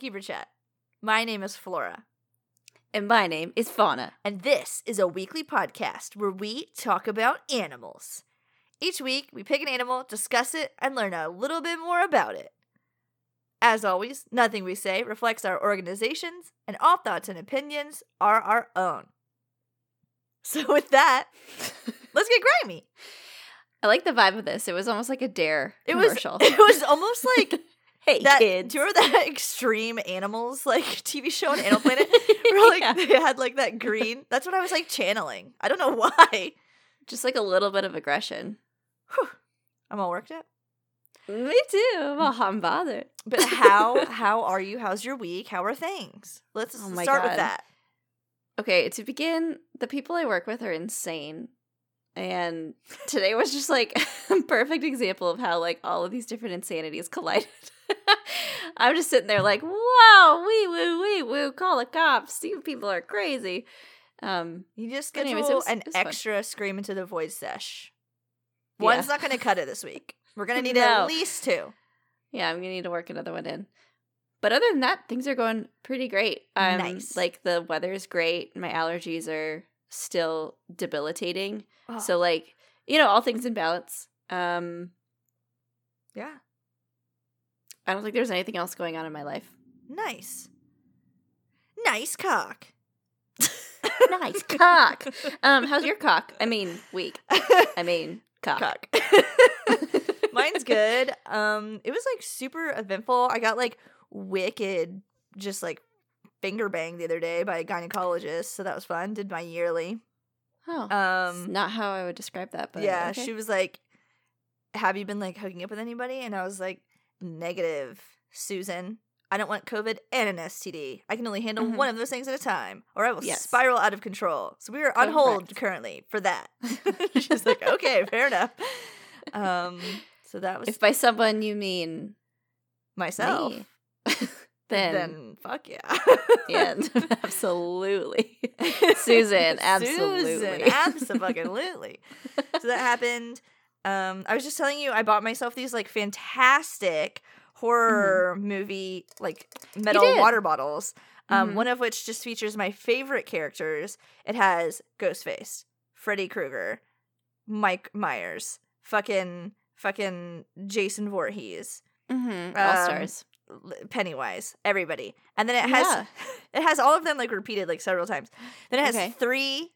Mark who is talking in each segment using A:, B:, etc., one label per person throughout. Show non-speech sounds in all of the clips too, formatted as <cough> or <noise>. A: Keeper Chat. My name is Flora,
B: And my name is Fauna.
A: and this is a weekly podcast where we talk about animals. Each week, we pick an animal, discuss it, and learn a little bit more about it. As always, nothing we say reflects our organizations, and all thoughts and opinions are our own. So, with
B: <laughs>
A: that, let's get grimy.
B: I like the vibe of this. It was almost like a dare
A: It was,
B: commercial.
A: <laughs> it was almost like
B: <laughs> hey
A: that.
B: kids.
A: Do you remember that <laughs> extreme animals like TV show on Animal Planet?
B: <laughs>
A: <laughs> Where, like
B: Yeah.
A: they had like that green. That's what I was like channeling. I don't know <laughs> why.
B: Just like a little bit of aggression.
A: I'm all worked up.
B: Me too. I'm all hot and bothered.
A: But
B: <laughs>
A: how how are you? How's your week? How are things? Let's
B: Oh my
A: start with
B: God.
A: that.
B: Okay, to begin, the people I work with are insane. And today was just like <laughs> a perfect example of how like all of these different insanities collided. <laughs> I'm just sitting there like, whoa, wee woo, wee woo, call the cops. These people are crazy. Um
A: You just
B: But
A: schedule
B: anyways, it was-
A: an
B: it was fun.
A: extra scream into the void sesh. One's
B: Yeah.
A: not going to cut it this week. We're
B: <laughs>
A: going to need
B: No.
A: at least two.
B: Yeah, I'm gonna need to work another one in. But other than that, things are going pretty great. Um,
A: Nice.
B: Like the weather's great. My allergies are still debilitating.
A: Oh,
B: So like you know, all things in balance. Um,
A: <gasps> yeah,
B: I don't think there's anything else going on in my life.
A: nice, nice cock.
B: nice
A: <laughs>
B: <laughs> cock. Um, how's your cock? I mean, week. I mean, cock. <laughs>
A: Mine's good. Um, it was like super eventful. I got like wicked, just like finger banged the other day by a gynecologist, so that was fun. Did my yearly.
B: Oh, it's
A: Um,
B: not how I would describe that, but
A: yeah,
B: okay.
A: she was like, "Have you been like hooking up with anybody?" And I was like, "Negative, Susan. I don't want COVID and an STD. I can only handle
B: Mhm.
A: one of those things at a time, or I will
B: Yes.
A: spiral out of control." So we are on hold
B: Correct.
A: currently for
B: <laughs>
A: that. <laughs> She's like, "Okay, fair enough." Um, so that was
B: If by someone you mean
A: myself.
B: me, <laughs> then,
A: fuck
B: <laughs>
A: yeah.
B: yeah,
A: <laughs>
B: <laughs> absolutely, Susan, absolutely,
A: Susan,
B: <laughs>
A: absolutely. so that happened. Um, I was just telling you, I bought myself these like fantastic horror movie like metal
B: Mm-hmm. did.
A: water bottles. Um,
B: Mhm.
A: one of which just features my favorite characters. It has Ghostface, Freddy Krueger, Mike Myers, fucking fucking Jason Voorhees.
B: Mhm, all
A: Um,
B: stars.
A: L- Pennywise, everybody, and then it has
B: Yeah.
A: it has all of them like repeated like several times. Then it has
B: Okay.
A: three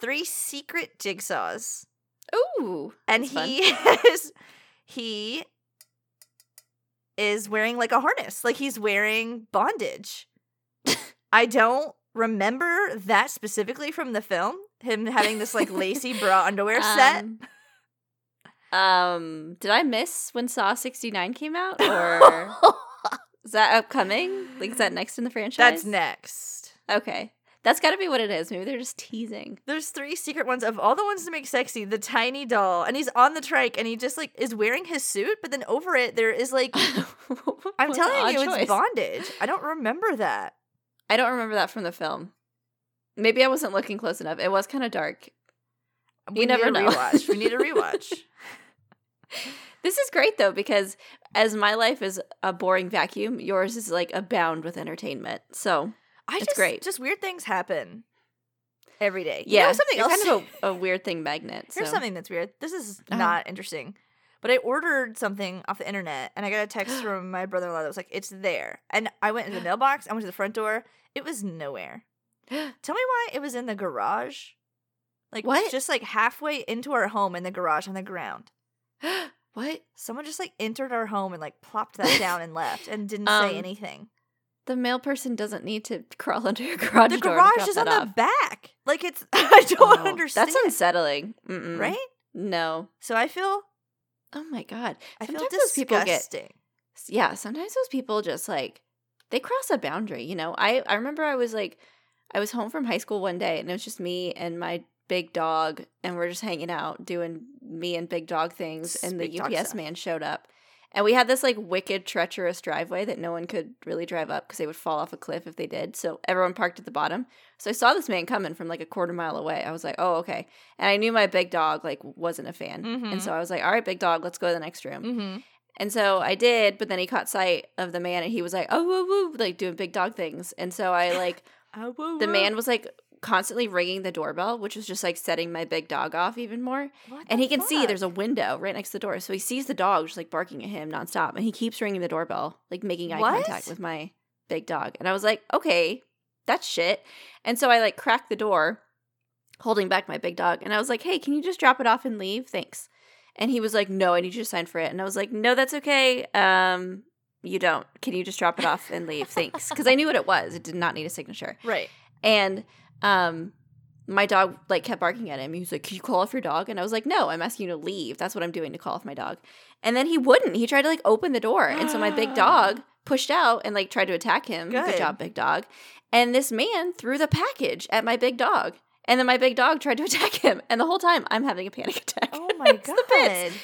A: three secret jigsaws,
B: Ooh,
A: and
B: that's fun.
A: he <laughs> is he is wearing like a harness, like he's wearing bondage. I don't remember that specifically from the film. Him having this like lacy
B: <laughs>
A: bra underwear set.
B: Um, um, did I miss when Saw sixty nine
A: <laughs>
B: came out, or is that upcoming? Like, is that next in the franchise?
A: That's next.
B: Okay. That's got to be what it is. Maybe they're just teasing. <laughs>
A: There's three secret ones of all the ones to make sexy. The tiny doll, and he's on the trike, and he just like is wearing his suit, but then over it there is
B: <laughs>
A: like I'm telling you, it's bondage. I don't remember that.
B: I don't remember that from the film. Maybe I wasn't looking close enough. It was kind of dark.
A: We
B: You never
A: need a
B: know.
A: Rewatch. We need
B: <laughs>
A: a rewatch.
B: This is great though because as my life is a boring vacuum, yours is like abound with entertainment. So
A: I
B: It's
A: just
B: great.
A: just weird things happen every day. You
B: yeah,
A: know something
B: you're
A: else.
B: kind of a, a weird thing magnet.
A: Here's
B: so.
A: something that's weird. This is
B: Uh-huh.
A: not interesting. But I ordered something off the internet and I got a
B: <gasps>
A: text from my brother in law that was like, It's there. And I went into the mailbox, I went to the front door, it was
B: <gasps>
A: nowhere. Tell me why it was in the garage. Like
B: What?
A: just like halfway into our home in the garage on the ground.
B: what?
A: Someone just like entered our home and like plopped that down and left and didn't
B: Um,
A: say anything.
B: The mail person doesn't need to <laughs> crawl under your garage
A: The
B: door. to drop
A: garage is on
B: that
A: the
B: off.
A: back. Like it's <laughs> I <laughs> don't
B: Oh,
A: understand.
B: That's unsettling. Mm-mm.
A: right?
B: No.
A: So I feel
B: Oh my god.
A: I feel
B: Sometimes
A: disgusting.
B: those people get yeah, sometimes those people just like they cross a boundary, you know. I I remember I was like I was home from high school one day and it was just me and my big dog and we're just hanging out doing me and big dog things and
A: Big
B: the
A: dog
B: UPS
A: stuff.
B: man showed up. And we had this like wicked treacherous driveway that no one could really drive up because they would fall off a cliff if they did. So everyone parked at the bottom. So I saw this man coming from like a quarter mile away. I was like, "Oh, okay." And I knew my big dog like wasn't a fan.
A: Mhm.
B: And so I was like, "All right, big dog, let's go to the next room."
A: Mm-hmm.
B: And so I did, but then he caught sight of the man and he was like, oh, woo, woo, like doing big dog things. And so I like,
A: Mm-hmm. <laughs>
B: the man was like constantly ringing the doorbell, which was just like setting my big dog off even more. And he can see there's a window right next to the door. So he sees the dog just like barking at him nonstop. And he keeps ringing the doorbell, like making eye
A: What?
B: contact with my big dog. And I was like, okay, that's shit. And so I like cracked the door, holding back my big dog. And I was like, hey, can you just drop it off and leave? Thanks. And he was like, no, I need you to sign for it. And I was like, no, that's okay. Um, you don't. Can you just drop it off and leave? Thanks. Because I knew what it was. It did not need a signature
A: <laughs> Right.
B: and um my dog like kept barking at him. He was like, "Can you call off your dog?" And I was like, "No, I'm asking you to leave. That's what I'm doing to call off my dog." And then he wouldn't. He tried to like open the door, and so my big dog pushed out and like tried to attack him. Good,
A: Good.
B: job, big dog. And this man threw the package at my big dog, and then my big dog tried to <laughs> attack him. And the whole time, I'm having a panic <laughs> attack.
A: <laughs> Oh my
B: It's
A: god.
B: the best.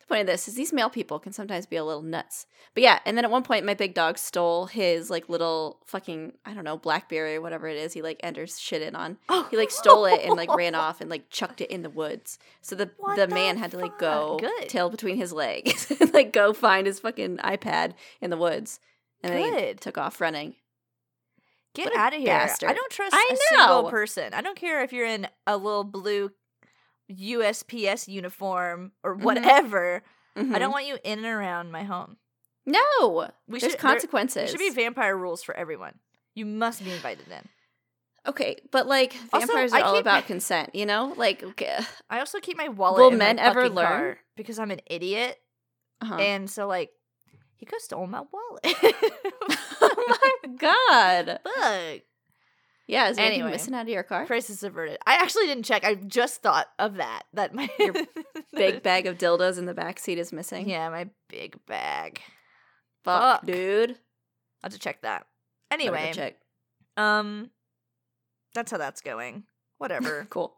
B: The point of this is these male people can sometimes be a little nuts. But yeah, and then at one point my big dog stole his like little fucking I don't know BlackBerry or whatever it is he like enters shit in on.
A: Oh. <laughs>
B: He like stole it and like ran off and like chucked it in the woods. So the
A: What
B: the
A: the
B: man had to like go
A: fuck? Good.
B: tail between his legs <laughs> and like go find his fucking iPad in the woods. And then he
A: Good.
B: took off running.
A: Get
B: What a
A: out of here.
B: bastard.
A: I don't trust
B: I
A: a single
B: know.
A: person. I don't care if you're in a little blue USPS uniform or
B: Mhm.
A: whatever. I
B: Mhm.
A: don't want you in and around my home.
B: No.
A: We
B: There's
A: should there-
B: consequences.
A: There should be vampire rules for everyone. You must be invited in.
B: okay, but like
A: Also,
B: vampires
A: I
B: are all
A: keep-
B: about consent, you know? Like okay. <sighs>
A: I also keep my wallet.
B: Will
A: in
B: men
A: my
B: ever
A: fucking
B: learn?
A: car because I'm an idiot,
B: uh-huh.
A: and so like he could have stolen my wallet.
B: <laughs>
A: <laughs>
B: oh my god.
A: Fuck.
B: Yeah, is there anything
A: Anyway.
B: missing out of your car?
A: <laughs> Crisis averted. I actually didn't check. I just thought of that. That my
B: Your
A: <laughs>
B: Big bag of dildos in the back seat is missing.
A: Yeah, my big bag.
B: fuck,
A: fuck.
B: dude.
A: I'll have to check that.
B: Better go
A: Anyway,
B: check.
A: um, that's how that's going. Whatever.
B: <laughs> Cool.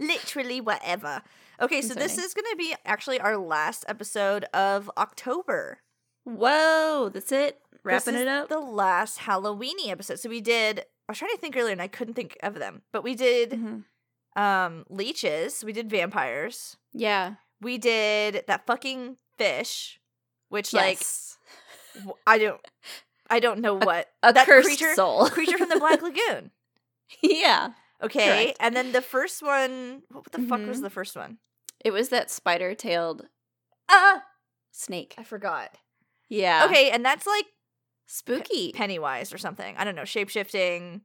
A: Literally whatever. Okay, so this
B: Concerning.
A: is going to be actually our last episode of October.
B: Whoa, that's it. Wrapping
A: This
B: it
A: is
B: up.
A: The last Halloweeny episode. So we did. I was trying to think earlier, and I couldn't think of them. But we did
B: Mhm.
A: um leeches. We did vampires.
B: Yeah.
A: We did that fucking fish, which
B: Yes.
A: like w- I don't, I don't know what
B: <laughs> a
A: that
B: cursed
A: creature-
B: soul. <laughs>
A: creature from the Black Lagoon.
B: yeah.
A: Okay,
B: Correct.
A: and then the first one. What the fuck was
B: Mhm.
A: the first one?
B: It was that spider-tailed
A: Ah,
B: snake.
A: I forgot.
B: Yeah.
A: Okay, and that's like
B: Spooky.
A: E,
B: <laughs>
A: Pennywise or something. I don't know, shape shifting.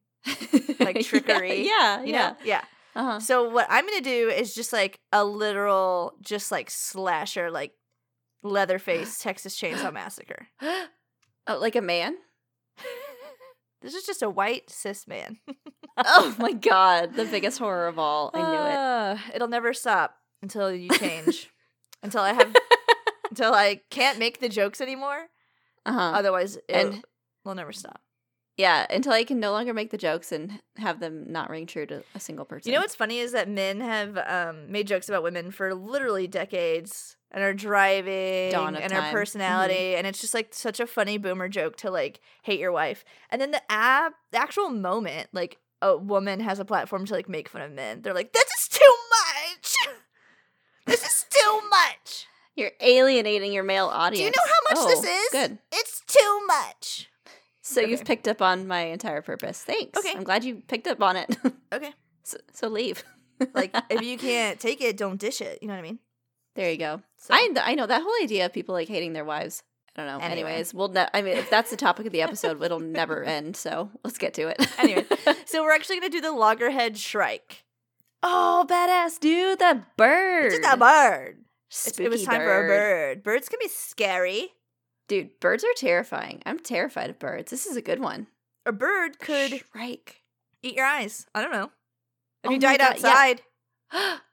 A: like
B: Yeah,
A: trickery,
B: Uh, Yeah. Yeah.
A: You know, yeah.
B: Uh-huh.
A: So what I'm gonna do is just like a literal, just like slasher, like
B: <gasps>
A: Leatherface Texas Chainsaw Massacre.
B: oh, like a man?
A: <laughs> This is just a white cis man.
B: oh my god, the biggest horror of all. I knew it.
A: Ah, it'll never stop until <laughs> you change, until I <laughs> have, until I can't make the jokes anymore.
B: Uh-huh.
A: Otherwise, it
B: and-
A: will never stop.
B: Yeah, until I can no longer make the jokes and have them not ring true to a single person.
A: You know what's funny is that men have um, made jokes about women for literally decades and our driving
B: Dawn of
A: and our
B: time.
A: personality, and it's just like such a funny boomer joke to like hate your wife, and then the ab- the actual moment like a woman has a platform to like make fun of men, they're like, "This is too much. <laughs> this is too much.
B: You're alienating your male audience.
A: Do you know how much this
B: Oh,
A: is?
B: Good.
A: It's too much."
B: <laughs> So
A: Okay.
B: you've picked up on my entire purpose. Thanks.
A: Okay.
B: I'm glad you picked up on it. <laughs>
A: Okay.
B: So, so leave. <laughs>
A: Like if you can't take it, don't dish it. You know what I mean?
B: There you go.
A: So-
B: I I know that whole idea of people like hating their wives. I don't know.
A: Anyway.
B: Anyways, we'll. Ne- I mean, if
A: <laughs>
B: that's the topic of the episode, it'll never end. So let's get to it.
A: Anyway. so we're actually gonna do the loggerhead shrike.
B: <laughs> oh, badass dude, the bird.
A: It's just a bird. It's-
B: Spooky
A: It was time for a bird. Birds can be scary.
B: Dude, birds are terrifying. I'm terrified of birds. This is a good one.
A: A bird could
B: Shrike.
A: eat your eyes. I don't know. If
B: Oh
A: you
B: my
A: died
B: God, yeah.
A: outside,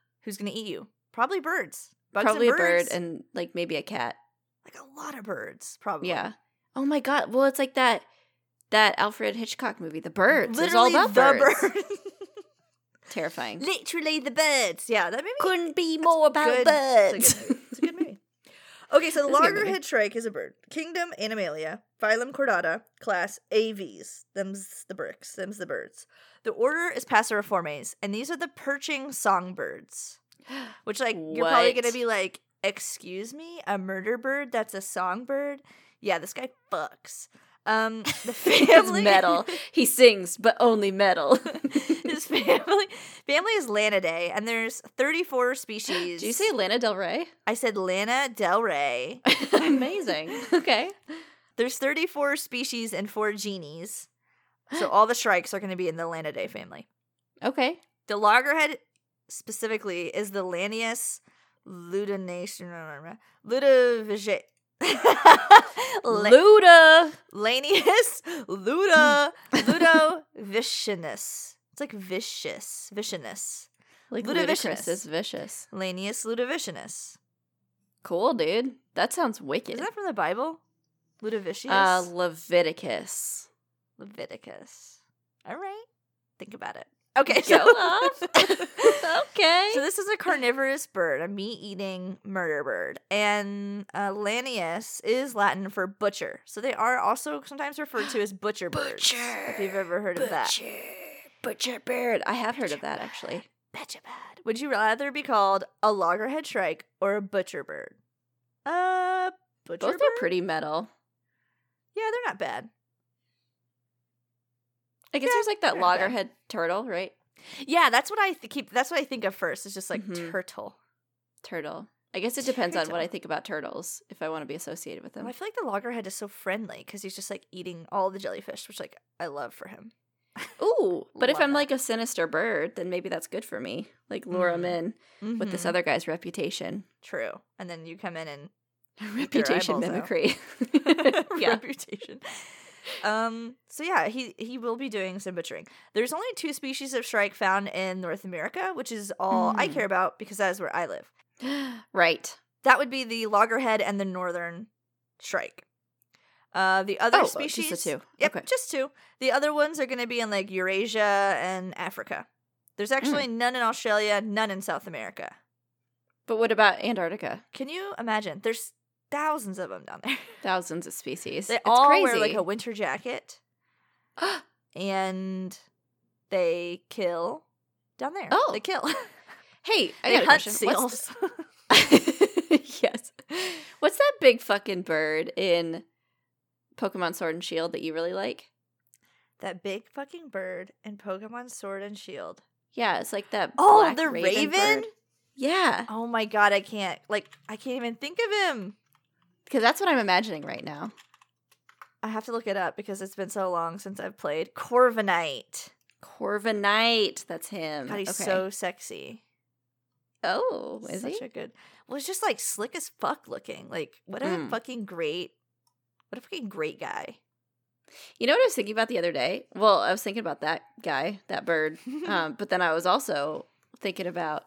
B: <gasps>
A: who's gonna eat you? Probably birds. Bugs
B: probably
A: and birds.
B: a bird and like maybe a cat.
A: like a lot of birds, probably.
B: Yeah. Oh my god. Well, it's like that that Alfred Hitchcock movie, The Birds. It's all
A: Literally
B: about
A: the
B: birds.
A: birds.
B: <laughs>
A: <laughs>
B: Terrifying.
A: Literally the birds. Yeah, that maybe
B: <laughs> Couldn't be more about
A: good. It's a
B: birds.
A: good movie. It's a good movie. <laughs> Okay, so the
B: That's a good movie.
A: loggerhead shrike is a bird. Kingdom Animalia, phylum Chordata, class AVs. Them's the bricks, them's the birds. The order is <gasps> Passeriformes, and these are the perching songbirds. Which, like, you're probably
B: What?
A: gonna be like, excuse me, a murder bird that's a songbird? Yeah, this guy fucks. Um, <laughs> the
B: <laughs> It's
A: family
B: metal. He sings, but only metal.
A: <laughs> His family family is Lanidae, and there's <gasps> 34 species.
B: Did you say Lana
A: <laughs>
B: Del Rey?
A: I said Lana Del Rey.
B: Amazing. <laughs> Okay.
A: There's 34 species and four genies. So all the shrikes are going to be in the Lanidae family.
B: Okay.
A: The loggerhead specifically is the Lanius ludination ludovige. La-
B: Luda.
A: Lanius luda ludovicinus. It's like vicious, vicinus.
B: Like
A: Ludovicious.
B: ludicrous is vicious.
A: Lanius ludovicinus.
B: Cool, dude. That sounds wicked.
A: Is that from the Bible? Ludovicius?
B: uh, Leviticus.
A: Leviticus. All right. Think about it. Okay.
B: Go
A: so-
B: off. <laughs> okay.
A: <laughs> So this is a carnivorous bird, a meat-eating murder bird, and uh, lanius is Latin for butcher. So they are also sometimes referred <gasps> to as butcher birds. If you've ever heard of that,
B: Butcher. Butcher bird. I have heard of that actually.
A: butcher bird. Would you rather be called a loggerhead shrike or a butcher bird? Uh, butcher
B: Both
A: bird.
B: are pretty metal.
A: yeah, they're not bad.
B: I guess
A: Yeah,
B: there's like that
A: they're not bad.
B: loggerhead turtle, right?
A: Yeah, that's what I th- keep. That's what I think of first. It's just like
B: Mhm.
A: turtle.
B: Turtle. I guess it depends on what I
A: Turtle.
B: think about turtles if I want to be associated with
A: Well,
B: them.
A: I feel like the loggerhead is so friendly because he's just like eating all the jellyfish, which like I love for him.
B: Ooh, but if
A: Love
B: I'm
A: that.
B: like a sinister bird, then maybe that's good for me. Like lure him
A: Mhm.
B: in with this
A: Mhm.
B: other guy's reputation.
A: true, and then you come in and <laughs>
B: Reputation
A: eyeballs out. <laughs>
B: mimicry. <laughs> yeah.
A: reputation. Um. So yeah, he he will be doing some butchering. There's only two species of shrike found in North America, which is all I
B: Mm.
A: care about because that is where I live.
B: Right.
A: That would be the loggerhead and the northern shrike. Uh, the other
B: oh,
A: species,
B: just the two.
A: Yep,
B: Okay.
A: just two. The other ones are going to be in like Eurasia and Africa. There's actually none in Australia, none in South America.
B: But what about Antarctica?
A: Can you imagine? There's thousands of them down there. <laughs>
B: Thousands of species.
A: They
B: it's
A: all
B: crazy.
A: wear like a winter <gasps> jacket and they kill down there.
B: Oh.
A: they kill.
B: hey,
A: <laughs>
B: I
A: they
B: got a
A: hunt
B: question. What's
A: seals.
B: <laughs> yes. What's that big fucking bird in Pokemon Sword and Shield that you really like?
A: <laughs> that big fucking bird in Pokemon Sword and Shield.
B: Yeah, it's like that.
A: Oh,
B: black
A: the
B: raven.
A: raven?
B: bird. Yeah,
A: Oh my god, I can't. Like, I can't even think of him.
B: because that's what I'm imagining right now.
A: I have to look it up because it's been so long since I've played Corviknight.
B: Corviknight. That's him.
A: God, he's so sexy.
B: Oh, is
A: Such
B: he?
A: a good. Well, it's just like slick as fuck looking. Like what a
B: Mm.
A: fucking great, what a fucking great guy.
B: You know what I was thinking about the other day? Well, I was thinking about that guy,
A: <laughs>
B: that bird. um, but then I was also thinking about,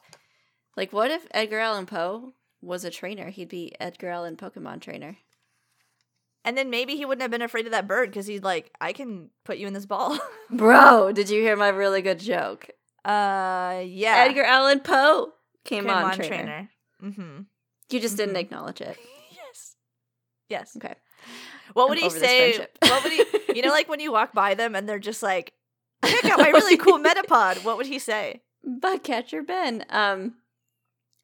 B: like, what if Edgar Allan Poe was a trainer? He'd be Edgar Allan Pokemon trainer.
A: and then maybe he wouldn't have been afraid of that bird because he'd like, I can put you in this ball. <laughs>
B: Bro, did you hear my really good joke?
A: uh, yeah.
B: Edgar Allan Poe came,
A: Come
B: on,
A: on,
B: trainer.
A: Mm-hmm.
B: <laughs> You just didn't
A: Mhm.
B: acknowledge it.
A: yes. Yes.
B: Okay.
A: What would
B: I'm
A: he
B: over this
A: say?
B: friendship.
A: What would
B: <laughs>
A: he? You know, like when you walk by them and they're just like, "Check out my really cool metapod." What would he say?
B: Bug catcher Ben. Um,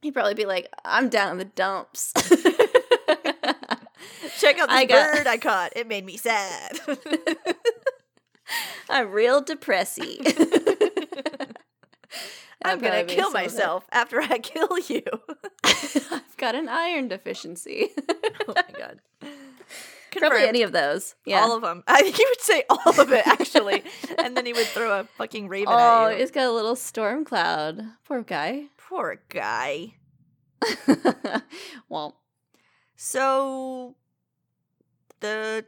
B: he'd probably be like, "I'm down in
A: <laughs>
B: the dumps."
A: Check out this
B: I got-
A: bird I caught. It made me sad. <laughs>
B: I'm
A: <laughs>
B: real depressy.
A: I'm gonna kill myself after I <laughs> kill you.
B: <laughs> I've got an
A: <laughs>
B: iron deficiency.
A: oh my god.
B: Probably
A: Confirmed.
B: any of those. Yeah.
A: All of them. I think he would say all of it actually, and then he would throw a fucking raven
B: oh,
A: at you.
B: it's got a little storm cloud. Poor guy. <laughs>
A: Poor guy.
B: well,
A: So the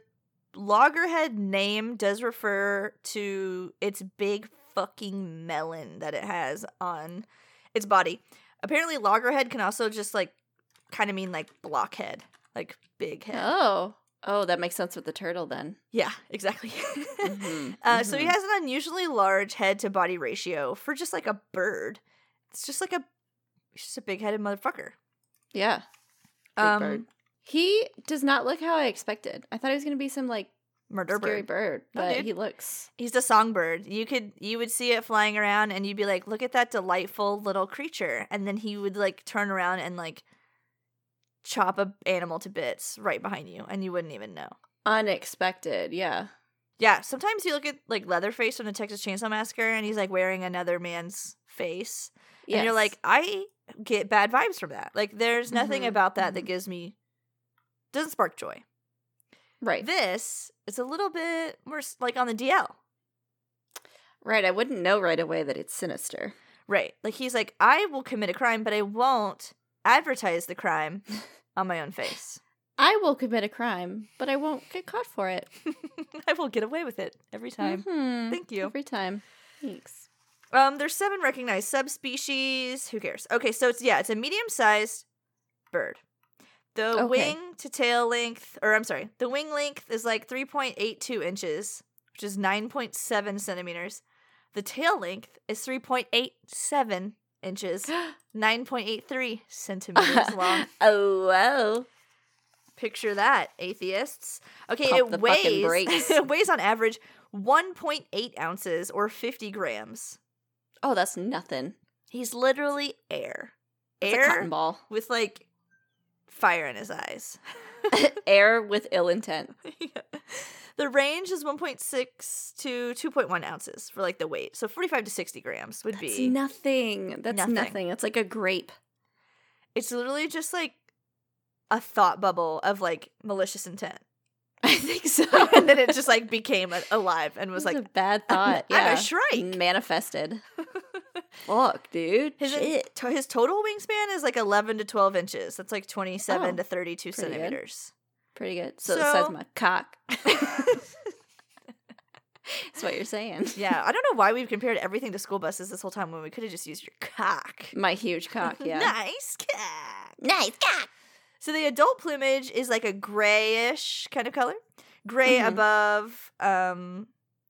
A: loggerhead name does refer to its big fucking melon that it has on its body. Apparently loggerhead can also just like kind of mean like blockhead, like big head.
B: oh, oh, that makes sense with the turtle <laughs> then.
A: Yeah, exactly. <laughs>
B: Mhm,
A: uh, so he
B: mhm.
A: has an unusually large head to body ratio for just like a bird. It's just like a he's just a big-headed motherfucker.
B: yeah, Big
A: um
B: bird. He does not look how I expected. I thought he was going to be some like
A: murder
B: scary
A: bird.
B: bird, Oh,
A: No,
B: but
A: dude.
B: he looks.
A: He's a songbird. You could you would see it flying around and you'd be like, "Look at that delightful little creature." And then he would like turn around and like chop a animal to bits right behind you and you wouldn't even know.
B: Unexpected, yeah.
A: Yeah, sometimes you look at like Leatherface from the Texas Chainsaw Massacre and he's like wearing another man's face. And you're
B: Yes.
A: like, I get bad vibes from that. Like there's nothing
B: Mhm,
A: about that that
B: mhm.
A: gives me doesn't spark joy.
B: right,
A: This is a little bit more s- like on the DL.
B: right. I wouldn't know right away that it's sinister.
A: Right. Like he's like, I will commit a crime, but I won't advertise the crime <laughs> on my own face. <laughs>
B: I will commit a crime, but I won't get caught for it.
A: I will get away with it every time.
B: Mhm.
A: Thank you.
B: Every time. <laughs> Thanks.
A: Um, there's seven recognized subspecies. Who cares? Okay, so it's yeah, it's a medium-sized bird. The
B: Okay.
A: wing to tail length, or I'm sorry, the wing length is like 3.82 inches, which is 9.7 centimeters. The tail length is 3.87
B: <gasps>
A: inches, 9.83 centimeters
B: <laughs>
A: long.
B: oh, wow.
A: Picture that, atheists. Okay,
B: Pump
A: it
B: the fucking
A: weighs
B: brakes.
A: <laughs> it weighs on average 1.8 ounces or 50 grams.
B: Oh, that's nothing.
A: He's literally air.
B: It's a
A: Air
B: cotton <laughs> ball.
A: with like fire in his eyes. <laughs>
B: Air with ill intent.
A: the range is 1.6 to 2.1 ounces for like the weight. So 45 to 60 grams would
B: That's
A: be.
B: nothing. That's
A: Nothing.
B: nothing. It's like a grape.
A: it's literally just like a thought bubble of like malicious
B: <laughs>
A: intent.
B: <laughs>
A: <laughs>
B: I think so.
A: and then
B: <laughs>
A: it just like became a- alive and was
B: It
A: like,
B: a bad thought.
A: I'm
B: yeah.
A: a shrike. <laughs>
B: Manifested. Fuck, dude.
A: His,
B: Shit.
A: to- his total wingspan is like 11 to 12 inches. That's like 27
B: Oh,
A: to 32
B: pretty good.
A: centimeters.
B: Pretty good. So, the size
A: So-
B: of my
A: <laughs>
B: cock. <laughs> That's what you're saying.
A: Yeah, I don't know why we've compared everything to school buses this whole time when we could have just used your cock.
B: My
A: <laughs>
B: huge cock, yeah.
A: nice cock.
B: nice cock.
A: So the adult plumage is like a grayish kind of color, gray
B: Mhm.
A: above, um,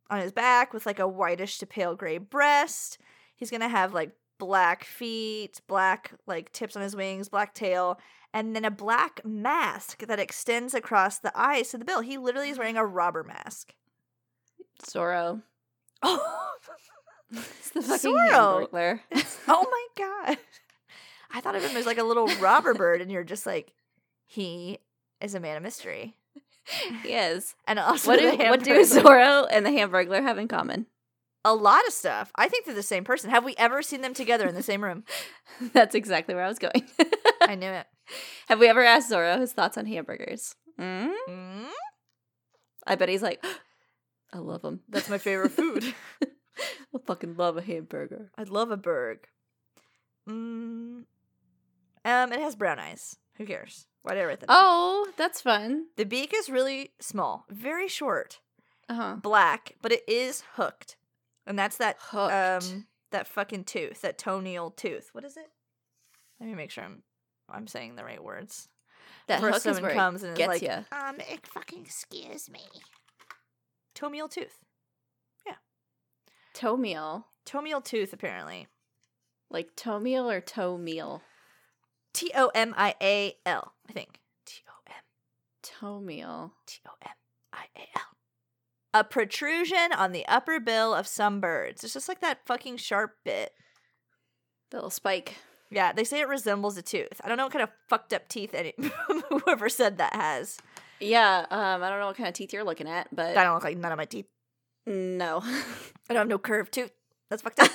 A: on his back with like a whitish to pale gray breast. He's gonna have like black feet, black like tips on his wings, black tail, and then a black mask that extends across the eyes to the bill. He literally is wearing a robber
B: <laughs>
A: mask.
B: Zorro. <laughs>
A: Oh.
B: It's the fucking
A: Zorro. <laughs>
B: Hamburglar.
A: Oh my god. I thought of him as like a little robber bird, and you're just like, he is a man of mystery.
B: yes.
A: And also,
B: What
A: the <laughs>
B: do, what do
A: Hamburglar-
B: Zorro and the Hamburglar have in common? <laughs>
A: a lot of stuff. I think they're the same person. Have we ever seen them together in the same
B: <laughs>
A: room?
B: That's exactly where I was going. <laughs>
A: I knew it.
B: have we ever asked Zorro his thoughts on hamburgers? Mm?
A: Mm,
B: I bet he's like, <gasps> I love them.
A: that's my favorite food.
B: <laughs> I fucking love a hamburger.
A: <laughs> I'd love a burg. Mm. Um, it has brown eyes. Who cares? Whatever.
B: Oh, that's fun.
A: The beak is really small, very short,
B: Uh huh.
A: black, but it is hooked, and that's that
B: Hooked.
A: um that fucking tooth, that toenail tooth. What is it? Let me make sure I'm I'm saying the right words.
B: that
A: Before
B: hook is
A: someone
B: where
A: comes and
B: it
A: is
B: gets
A: like,
B: ya.
A: Um, it fucking excuse me. Toenail tooth.
B: Toe meal.
A: Toenail tooth apparently.
B: Like toe meal or toe meal?
A: T O M I A L, I think. T O M
B: Toe meal.
A: T O M I A L. A protrusion on the upper bill of some birds. It's just like that fucking sharp bit.
B: The little spike.
A: Yeah, they say it resembles a tooth. I don't know what kind of fucked up teeth any <laughs> whoever said that has.
B: Yeah, um, I don't know what kind of teeth you're looking at, but
A: That don't look like none of my teeth.
B: <laughs> no. <laughs>
A: I don't have no curved tooth. That's <laughs> fucked up.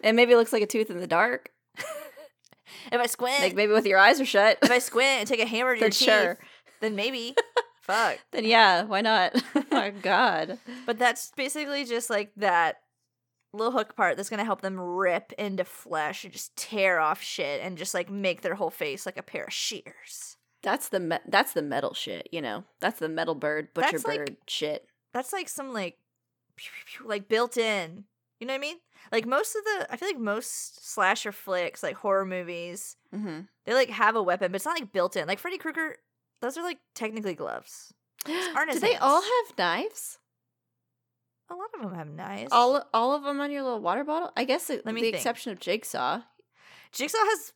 B: it maybe looks like a tooth in the dark.
A: if I squint,
B: Like maybe with your eyes are shut.
A: <laughs>
B: <laughs>
A: if I squint and take a hammer to your
B: then
A: teeth,
B: sure.
A: then <laughs> maybe. Fuck.
B: Then yeah, why <laughs> not? oh my god.
A: But that's basically just like that little hook part that's gonna help them rip into flesh and just tear off shit and just like make their whole face like a pair of shears.
B: That's the me- that's the metal shit, you know. That's the metal bird, butcher
A: That's like-
B: bird shit.
A: That's like some like pew, pew, pew, like built in. You know what I mean? Like most of the I feel like most slasher flicks, like horror movies,
B: Mm-hmm.
A: they like have a weapon, but it's not like built in. Like Freddy Krueger, those are like technically gloves. aren't
B: <gasps> Do
A: his
B: they
A: hands.
B: all have knives?
A: A lot of them have knives.
B: All all of them on your little water bottle? I guess it,
A: Let me
B: the
A: think.
B: exception of Jigsaw.
A: Jigsaw has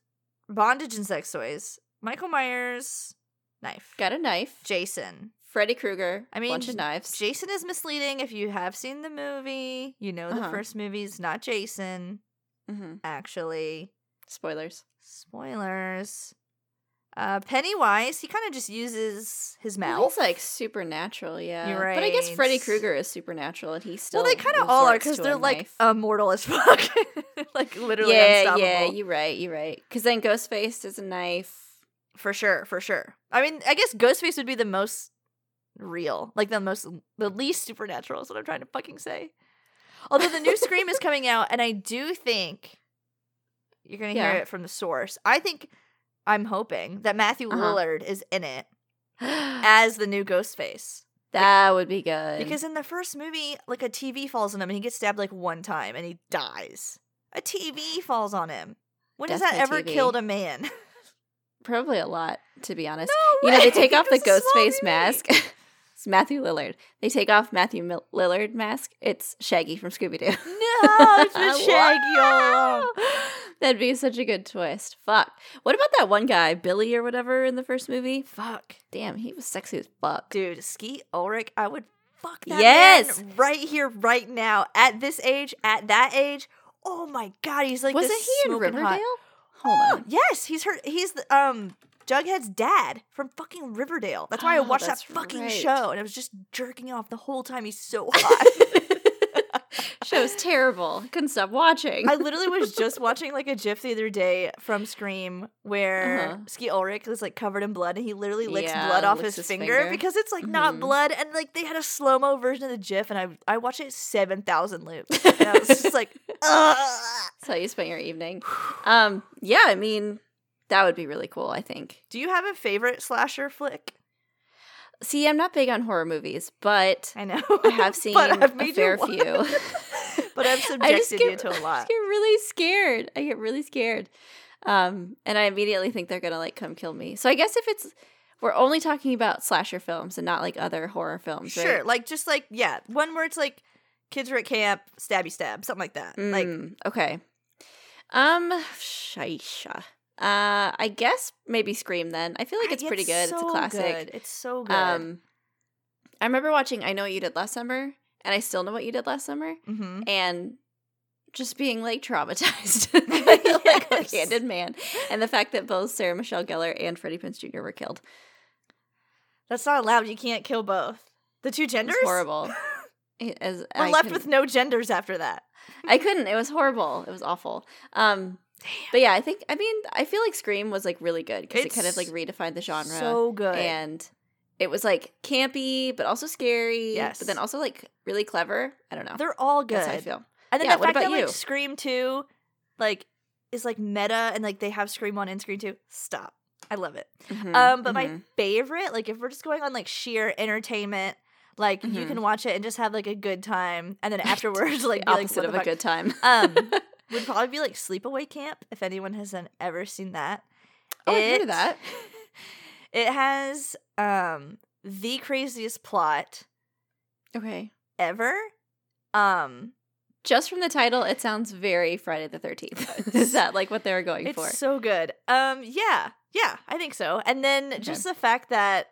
A: bondage and sex toys. Michael Myers knife.
B: Got a knife.
A: Jason.
B: Freddy Krueger.
A: I mean,
B: bunch of knives.
A: Jason is misleading. If you have seen the movie, you know the
B: Uh-huh.
A: first movie's not Jason.
B: Mhm.
A: Actually,
B: Spoilers.
A: spoilers. Uh, Pennywise, he kind of just uses his mouth.
B: He's like supernatural, yeah.
A: You're
B: But I guess
A: right.
B: Freddy Krueger is supernatural, and he still.
A: well, they kind of all are
B: resorts
A: because
B: to a
A: they're like
B: knife.
A: immortal as <laughs> fuck, like literally
B: yeah,
A: unstoppable.
B: yeah. You're right. You're right. Because then Ghostface is
A: <gasps>
B: a knife.
A: for sure, for sure. I mean, I guess Ghostface would be the most real, like the most, the least supernatural is what I'm trying to fucking say. Although the new Scream is coming out, and I do think you're gonna
B: Yeah.
A: hear it from the source. I think I'm hoping that Matthew
B: Uh-huh.
A: Lillard is in it
B: <sighs> that
A: as the new Ghostface.
B: would be good.
A: Because in the first movie, like a TV falls on him and he gets stabbed like one time and he dies. A TV falls on him. When has
B: Death
A: that
B: by
A: ever
B: TV.
A: killed a man? <laughs> no
B: probably a lot, to be honest.
A: way.
B: You know, they take off
A: <laughs>
B: the
A: It's a
B: ghost
A: small
B: face
A: movie.
B: mask. <laughs> it's Matthew Lillard. They take off Matthew Mil- Lillard mask. It's Shaggy from Scooby <laughs> Doo. Oh,
A: No, it's been Shaggy all along.
B: That'd be such a good twist. Fuck. What about that one guy, Billy or whatever, in the first movie?
A: Fuck,
B: Damn, he was sexy as fuck.
A: dude, Skeet Ulrich, I would fuck that
B: Yes.
A: man right here, right now, at this age, at that age. Oh my god, he's like
B: Wasn't
A: this
B: he in
A: smoking
B: Riverdale?
A: hot-
B: Hold
A: Oh,
B: <gasps> <laughs> on.
A: yes, he's her. He's the um Jughead's dad from fucking Riverdale. That's why I
B: Oh,
A: watched that
B: that's
A: fucking
B: right.
A: show, and I was just jerking off the whole time. He's so <laughs> hot.
B: Show was terrible. Couldn't stop watching.
A: I literally was just watching like a GIF the other day from Scream where
B: Uh-huh.
A: Ski Ulrich is like covered in blood, and he literally licks
B: Yeah,
A: blood off
B: licks
A: his,
B: his
A: finger,
B: finger.
A: because it's like not
B: Mhm.
A: blood, and like they had a slow mo version of the GIF, and I I watched it seven thousand
B: <laughs>
A: loops, and I was just like, Ugh.
B: That's how you spent your evening. Um, yeah, I mean, that would be really cool, I think.
A: Do you have a favorite slasher flick?
B: See, I'm not big on horror movies, but
A: I know <laughs>
B: I have seen
A: I've
B: a
A: made you
B: fair
A: <laughs> watch.
B: few.
A: but I've
B: <laughs> I just
A: subjected
B: get,
A: you to a
B: I just
A: lot.
B: get really scared. I get really scared. Um, and I immediately think they're gonna like come kill me. So I guess if it's we're only talking about slasher films and not like other horror films,
A: Sure,
B: right?
A: like just like yeah, one where it's like kids are at camp, stabby stab, something like that. Like
B: Mm, okay. Um, shisha. Uh, I guess maybe Scream then. I feel like
A: I-
B: it's pretty good. it's a
A: so
B: classic.
A: good. It's so good.
B: Um, I remember watching I Know What You Did Last Summer, and I still know what you did last summer,
A: Mhm.
B: and just being
A: <laughs>
B: like traumatized, <laughs> by, like
A: Yes.
B: a handed man, and the fact that both Sarah Michelle Gellar and Freddie Prinze Jr. were killed.
A: That's not allowed. You can't kill both. The two genders. <laughs>
B: It's horrible. It- As,
A: We're
B: I
A: left
B: couldn't-
A: with no genders after that.
B: I couldn't. It was horrible. It was awful. Um, but yeah, I think I mean I feel like Scream was like really good because it kind of like
A: It's
B: redefined the genre.
A: So good.
B: and it was like campy but also scary
A: Yes.
B: but then also like really clever i don't know
A: They're all good. Um,
B: that's how i feel
A: And then
B: Yeah,
A: the
B: what
A: fact
B: about
A: that like
B: you?
A: Scream Two, like, is like meta, and like they have Scream One and Scream Two. Stop. I love it.
B: Mm, Mm-hmm.
A: Um, but my favorite, like if we're just going on like sheer entertainment, like you
B: Mhm.
A: can watch it and just have like a good time,
B: <laughs>
A: and then afterwards, like be like,
B: opposite
A: what
B: of
A: the
B: a
A: fuck?
B: good time
A: Um,
B: <laughs>
A: would probably be like Sleepaway Camp if anyone has then ever seen that.
B: oh i've heard of
A: It-
B: that
A: It has um the craziest plot
B: <laughs> okay
A: ever. Um,
B: just from the title it sounds very friday the 13th <laughs> is that like what they were going
A: it's
B: for
A: so good. Um, yeah, yeah, I think so. And then just the fact that,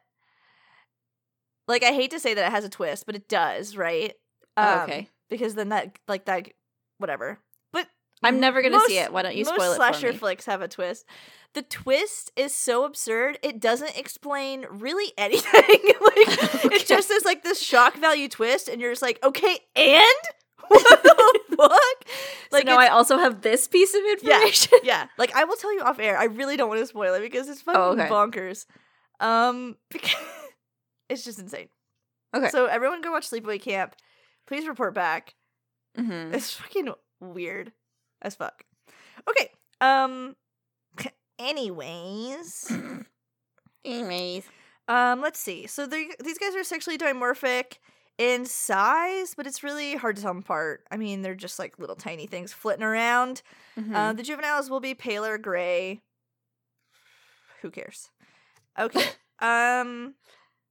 A: like, I hate to say that it has a twist, but it does, right?
B: Oh,
A: Um,
B: okay
A: because then that like that whatever. But
B: i'm never gonna see
A: most-
B: it why don't you
A: most
B: spoil it
A: slasher
B: for me
A: flicks have a twist. The twist is so absurd; it doesn't explain really <laughs> anything.
B: <laughs>
A: like
B: Okay.
A: it's just this like this shock value twist, and you're just like, okay, and <laughs> what
B: <laughs>
A: the fuck?
B: like
A: Like
B: so now i
A: it's-
B: also have this piece of
A: Yeah.
B: information
A: <laughs> yeah, like I will tell you off air. I really don't want to spoil it because it's fucking
B: Oh, okay.
A: bonkers. Um, <laughs> because it's just insane.
B: Okay.
A: so everyone go watch Sleepaway Camp. Please report back.
B: Mhm.
A: It's fucking weird as fuck. Okay. Um anyways,
B: anyways
A: um let's see. So they these guys are sexually dimorphic in size, but it's really hard to tell them apart. I mean, they're just like little tiny things flitting around.
B: Mm-hmm.
A: Uh,
B: Hmm.
A: the juveniles will be paler gray. Who cares?
B: <laughs>
A: Okay. um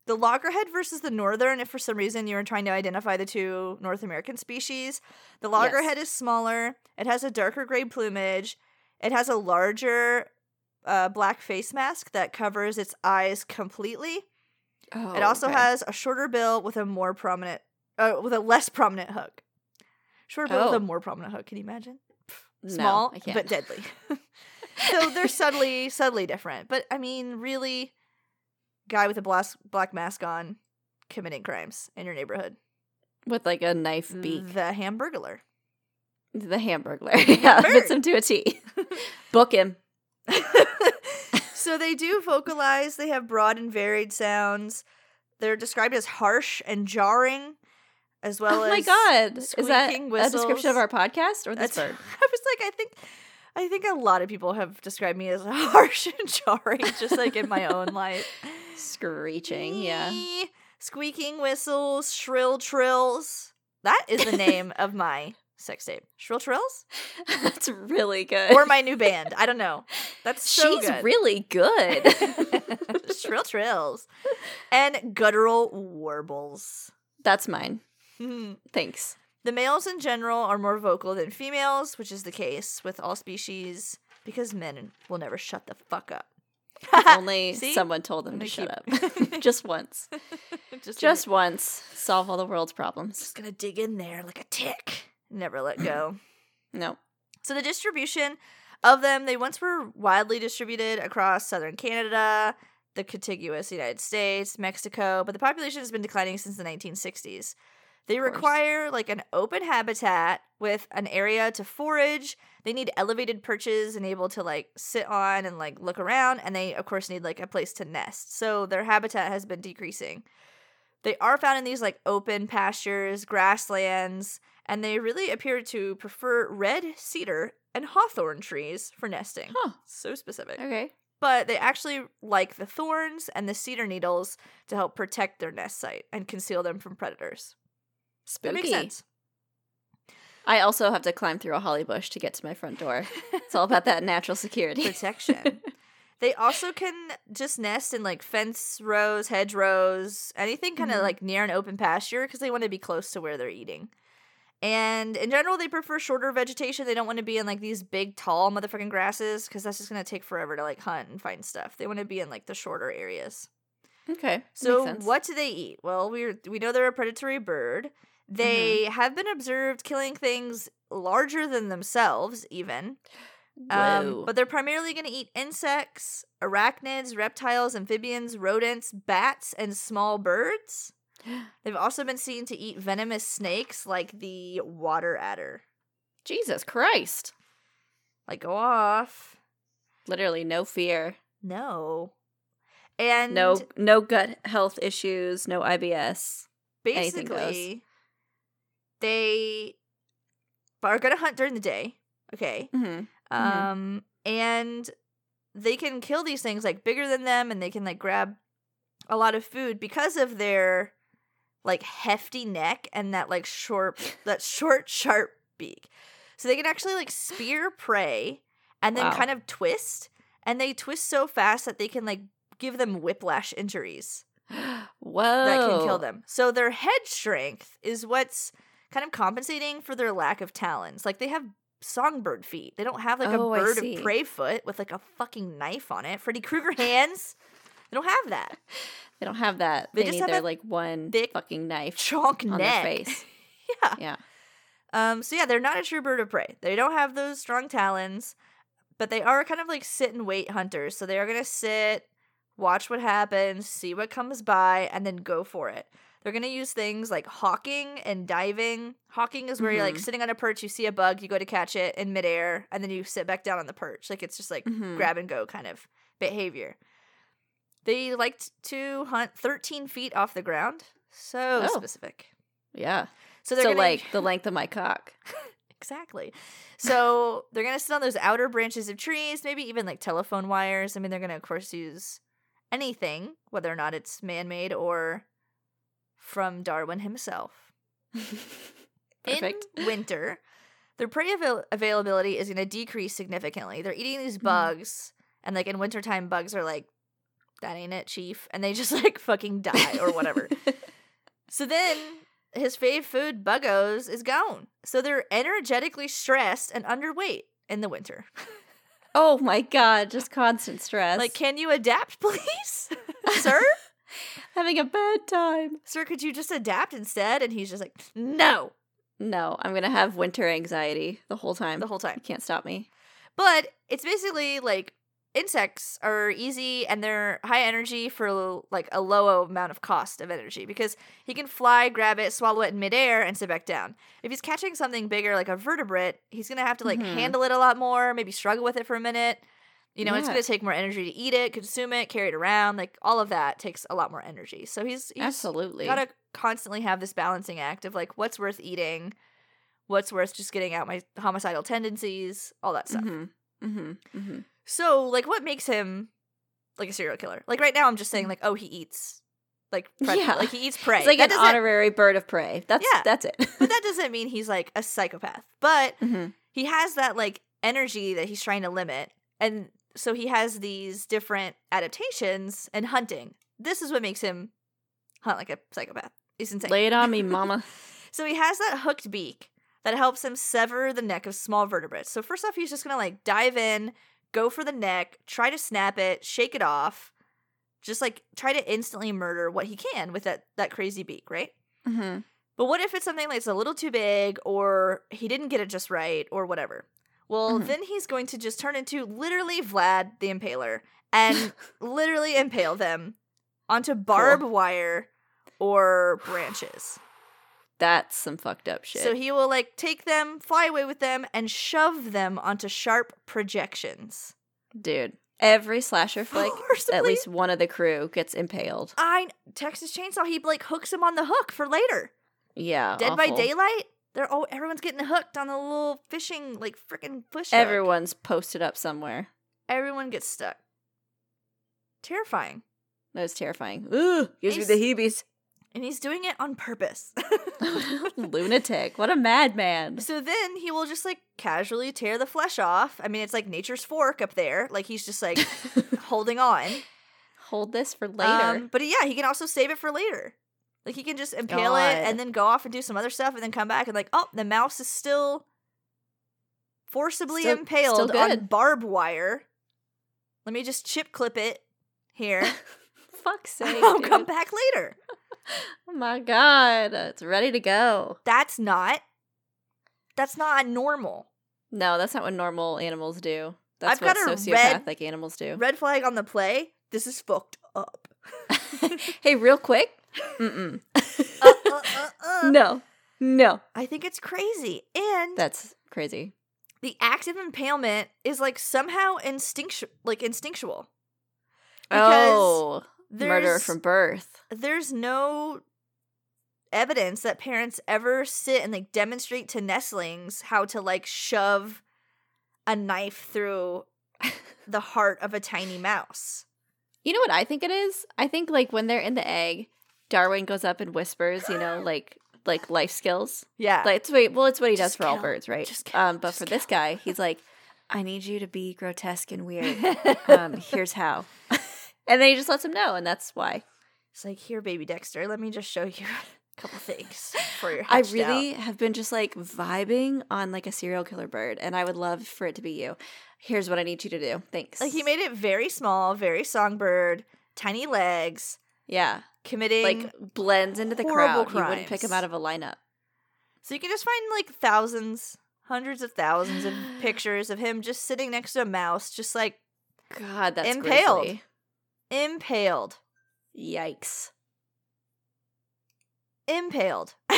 A: the loggerhead versus the northern if for some reason you're trying to identify the two North American species. The loggerhead is smaller. It has a darker gray plumage. It has a larger uh, black face mask that covers its eyes completely.
B: Oh,
A: it also
B: okay.
A: has a shorter bill with a more prominent, uh, with a less prominent hook. Shorter bill with
B: Oh.
A: a more prominent hook. Can you imagine?
B: No,
A: Small
B: <laughs> I can't.
A: but deadly. so they're subtly subtly different. But I mean, really, guy with a black black mask on committing crimes in your neighborhood.
B: with like a knife
A: Mm.
B: beak.
A: The Hamburglar.
B: The <laughs> Hamburglar. yeah,
A: Hamburg.
B: fits him to
A: <laughs>
B: a T. Book him.
A: so they do vocalize. They have broad and varied sounds. They're described as harsh and jarring, as <laughs> well
B: oh
A: as
B: my god, is that
A: squeaking
B: a description
A: whistles.
B: of our podcast or this
A: That's, <laughs> I
B: bird?
A: was like, I think, I think a lot of people have described me as <laughs> harsh and jarring, just like in my own life.
B: Screeching. Yeah.
A: Eee, Squeaking whistles, shrill trills. That is
B: <laughs>
A: the name of my sex tape. Shrill trills,
B: <laughs> That's really good.
A: or my new band.
B: <laughs>
A: I don't know. That's so
B: She's
A: good.
B: really good.
A: <laughs> shrill trills and guttural warbles.
B: <laughs> That's mine.
A: Hmm. <laughs>
B: Thanks.
A: The males in general are more vocal than females, which is the case with all species because men will never shut the fuck up.
B: If only
A: See?
B: someone told them
A: I'm
B: to shut
A: gonna <laughs>
B: up. Just once.
A: just,
B: Just once. Solve all the world's problems.
A: just gonna dig in there like a tick, never let go.
B: No.
A: so the distribution of them, they once were widely distributed across southern Canada, the contiguous United States, Mexico, but the population has been declining since the 1960s. They
B: course.
A: require like an open habitat with an area to forage. They need elevated perches and able to like sit on and like look around, and they of course need like a place to nest. So their habitat has been decreasing. They are found in these like open pastures, grasslands, and they really appear to prefer red cedar and hawthorn trees for nesting.
B: Huh.
A: So specific.
B: Okay.
A: But they actually like the thorns and the cedar needles to help protect their nest site and conceal them from predators.
B: Spooky.
A: That makes sense.
B: I also have to climb through a holly bush to get to my front door. It's all about that natural security.
A: Protection. they also can just nest in like fence rows, hedgerows, anything kind of
B: Mhm.
A: like near an open pasture because they want to be close to where they're eating. And in general, they prefer shorter vegetation. They don't want to be in like these big, tall motherfucking grasses because that's just going to take forever to like hunt and find stuff. They want to be in like the shorter areas.
B: <laughs> Okay.
A: So
B: makes sense.
A: what do they eat? Well, we are we know they're a predatory bird. They
B: Mm-hmm.
A: have been observed killing things larger than themselves, even. Um,
B: Whoa.
A: but they're primarily going to eat insects, arachnids, reptiles, amphibians, rodents, bats, and small
B: <gasps>
A: birds. They've also been seen to eat venomous snakes like the water adder.
B: Jesus Christ.
A: Like, go off.
B: Literally no fear.
A: No. And
B: No no gut health issues, no IBS. Anything goes.
A: basically they are going to hunt during the day okay
B: Mhm. Mhm.
A: um and they can kill these things like bigger than them and they can like grab a lot of food because of their like hefty neck and that like short that short sharp beak so they can actually like spear prey and then
B: Wow.
A: kind of twist and they twist so fast that they can like give them whiplash injuries
B: Whoa.
A: that can kill them. So their head strength is what's kind of compensating for their lack of talons. Like they have songbird feet. They don't have like a
B: Oh, I
A: bird
B: see.
A: of prey foot with like a fucking knife on it. Freddy Krueger <laughs> hands. They don't have that.
B: They don't have that.
A: They
B: They,
A: just
B: need
A: have
B: their
A: that
B: like one
A: thick
B: fucking knife
A: Chonk
B: on
A: neck. <laughs>
B: their face.
A: Yeah.
B: Yeah.
A: Um so yeah, they're not a true bird of prey. They don't have those strong talons, but they are kind of like sit and wait hunters. So they are going to sit, watch what happens, see what comes by and then go for it. They're going to use things like hawking and diving. Hawking is where you're like
B: Mhm.
A: sitting on a perch, you see a bug, you go to catch it in midair, and then you sit back down on the perch. Like it's just like
B: Mhm.
A: grab and go kind of behavior. They liked to hunt 13 feet off the ground. So
B: Oh.
A: specific.
B: Yeah.
A: So
B: So,
A: they're gonna,
B: like the length of my cock. <laughs>
A: exactly. So they're gonna sit on those outer branches of trees, maybe even like telephone wires. I mean, they're gonna of course use anything, whether or not it's man-made or from Darwin himself.
B: Perfect. <laughs>
A: In winter, their prey avail- availability is going to decrease significantly. They're eating these
B: Mhm.
A: bugs, and like in wintertime, bugs are like, that ain't it, chief. And they <laughs> just like fucking die or whatever. so then his fave food, buggos, is gone. So they're energetically stressed and underweight in the winter.
B: oh my god, just constant stress.
A: Like, can you adapt, <laughs> please?
B: <laughs>
A: Sir?
B: having a bad time.
A: Sir, could you just adapt instead? And he's just like, no,
B: No, I'm gonna have winter anxiety the whole time.
A: the whole time.
B: You can't stop me.
A: But it's basically like insects are easy and they're high energy for like a low amount of cost of energy because he can fly, grab it, swallow it in midair, and sit back down. If he's catching something bigger like a vertebrate, he's gonna have to like
B: Mhm.
A: handle it a lot more, maybe struggle with it for a minute. You know, it's
B: Yeah.
A: gonna take more energy to eat it, consume it, carry it around. Like all of that takes a lot more energy. So he's, he's
B: Absolutely.
A: gotta constantly have this balancing act of like what's worth eating, what's worth just getting out my homicidal tendencies, all that stuff.
B: Mhm. Mhm. Mhm.
A: So, like, what makes him like a serial killer? Like, right now, I'm just saying, like, oh, he eats
B: <laughs>
A: like prey.
B: Mm. Yeah.
A: like he eats prey.
B: It's like
A: that
B: an
A: doesn't,
B: honorary bird of prey. That's
A: Yeah.
B: that's it.
A: <laughs> but
B: <laughs>
A: that doesn't mean he's like a psychopath. But
B: Mhm.
A: he has that like energy that he's trying to limit, and so he has these different adaptations and hunting. This is what makes him hunt like a psychopath. He's insane.
B: Lay it on
A: <laughs>
B: me, mama.
A: So he has that hooked beak that helps him sever the neck of small vertebrates. So first off, he's just gonna like dive in, go for the neck, try to snap it, shake it off, just like try to instantly murder what he can with that that crazy beak, right?
B: Mhm.
A: But what if it's something that's a little too big or he didn't get it just right or whatever? Well,
B: Mhm.
A: then he's going to just turn into literally Vlad the Impaler and literally impale them onto barbed wire or branches.
B: That's some fucked up shit.
A: So he will like take them, fly away with them, and shove them onto sharp
B: <gasps>
A: projections.
B: Dude, every slasher
A: <gasps>
B: flick,
A: Forcibly-
B: at least one of the crew gets impaled.
A: I Texas Chainsaw. He like hooks him on the hook for later.
B: Yeah.
A: Dead by
B: awful.
A: Daylight. They're all everyone's getting hooked on the little fishing like freaking fish. hook.
B: Everyone's posted up somewhere.
A: everyone gets stuck. Terrifying,
B: That was terrifying. Ooh, gives
A: He's-
B: me the heebies.
A: and he's doing it on purpose. <laughs>
B: <laughs> Lunatic. What a madman.
A: So then he will just like casually tear the flesh off. I mean, it's like nature's fork up there. Like he's just
B: <laughs>
A: like holding on.
B: Hold this for later.
A: Um, but yeah, he can also save it for later. Like he can just impale
B: God.
A: it and then go off and do some other stuff and then come back and like, oh, the mouse is still forcibly
B: Still-
A: impaled
B: still
A: on
B: good.
A: barbed wire. Let me just chip clip it
B: <laughs>
A: here. <laughs>
B: Fuck's sake.
A: I'll
B: dude.
A: oh, come back later.
B: Oh my god. It's ready to go.
A: That's not. That's not normal.
B: No, that's not what normal animals do. That's
A: I've
B: what
A: got a red-
B: sociopathic animals
A: <laughs>
B: do.
A: Red flag on the play. This is fucked up.
B: <laughs> hey,
A: <laughs>
B: real quick. Mm-mm.
A: Uh, uh, uh, uh.
B: <laughs> no. No.
A: I think it's crazy. And
B: That's crazy.
A: the act of impalement is like somehow instinctual like instinctual
B: oh,
A: there's
B: murder from birth.
A: there's no evidence that parents ever sit and like demonstrate to nestlings how to like shove a knife through
B: <laughs>
A: the heart of a tiny mouse
B: You know what I think it is? I think like when they're in the egg, Darwin goes up and whispers, you <gasps> know, like like life skills.
A: yeah
B: Like it's wait, well, it's what he
A: Just
B: does for all
A: kill.
B: birds, right?
A: Just kill.
B: um, but
A: Just
B: for this guy, he's like, I need you to be grotesque and weird. um, <laughs> here's how. and then he just lets him know, and that's why.
A: it's like here baby dexter let me just show you <laughs> a couple things for your
B: I really have been just like vibing on like a serial killer bird, and I would love for it to be you. Here's what I need you to do. Thanks.
A: like he made it very small very songbird tiny legs
B: yeah,
A: committing
B: like blends into the
A: horrible
B: crowd. You wouldn't pick him
A: crimes.
B: out of a lineup.
A: So you can just find like thousands, hundreds of thousands
B: <sighs>
A: of pictures of him just sitting next to a mouse, just like
B: God, that's
A: Impaled.
B: grisly.
A: impaled,
B: Yikes.
A: impaled. <laughs>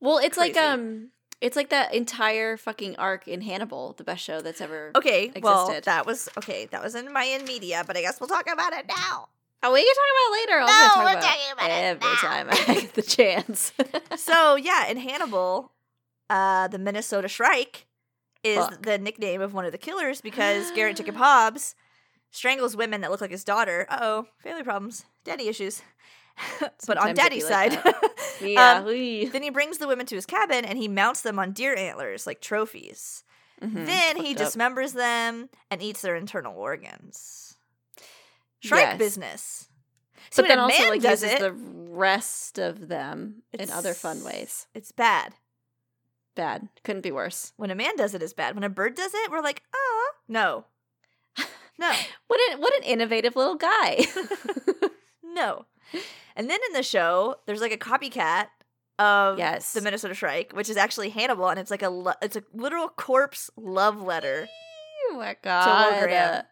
B: Well, it's like
A: Crazy.
B: um, it's like that entire fucking arc in Hannibal, the best show that's ever.
A: okay, well
B: Existed.
A: that was okay. That was in Mayan media, but I guess we'll talk about it
B: <laughs>
A: now.
B: Oh, we can talk about it
A: No, we're
B: later. I'm gonna talk
A: talking about it now.
B: every time I <laughs> get
A: <laughs>
B: the chance.
A: so yeah, in Hannibal, uh, the Minnesota Shrike is
B: Fuck.
A: the nickname of one of the killers because Garrett
B: <gasps>
A: Jacob Hobbs strangles women that look like his daughter. Uh oh, family problems, daddy issues. but on
B: Sometimes it be
A: daddy's
B: like
A: side. <laughs>
B: yeah.
A: Um,
B: we-
A: Then he brings the women to his cabin and he mounts them on deer antlers like trophies.
B: Mhm.
A: Then he
B: Fucked up.
A: dismembers them and eats their internal organs. Shrike
B: Yes.
A: business. See,
B: but
A: when
B: then
A: a
B: also
A: man
B: like
A: does
B: uses
A: it,
B: the rest of them in other fun
A: It's-
B: ways.
A: it's bad.
B: Bad. Couldn't be worse.
A: When a man does it, it's bad. When a bird does it, we're like, oh,
B: <laughs>
A: no. No,
B: What an what an innovative little <laughs> guy.
A: no. And then in the show, there's like a copycat <laughs> of
B: yes.
A: the Minnesota Shrike, which is actually Hannibal, and it's like a lo- it's a literal corpse love letter
B: Oh my god.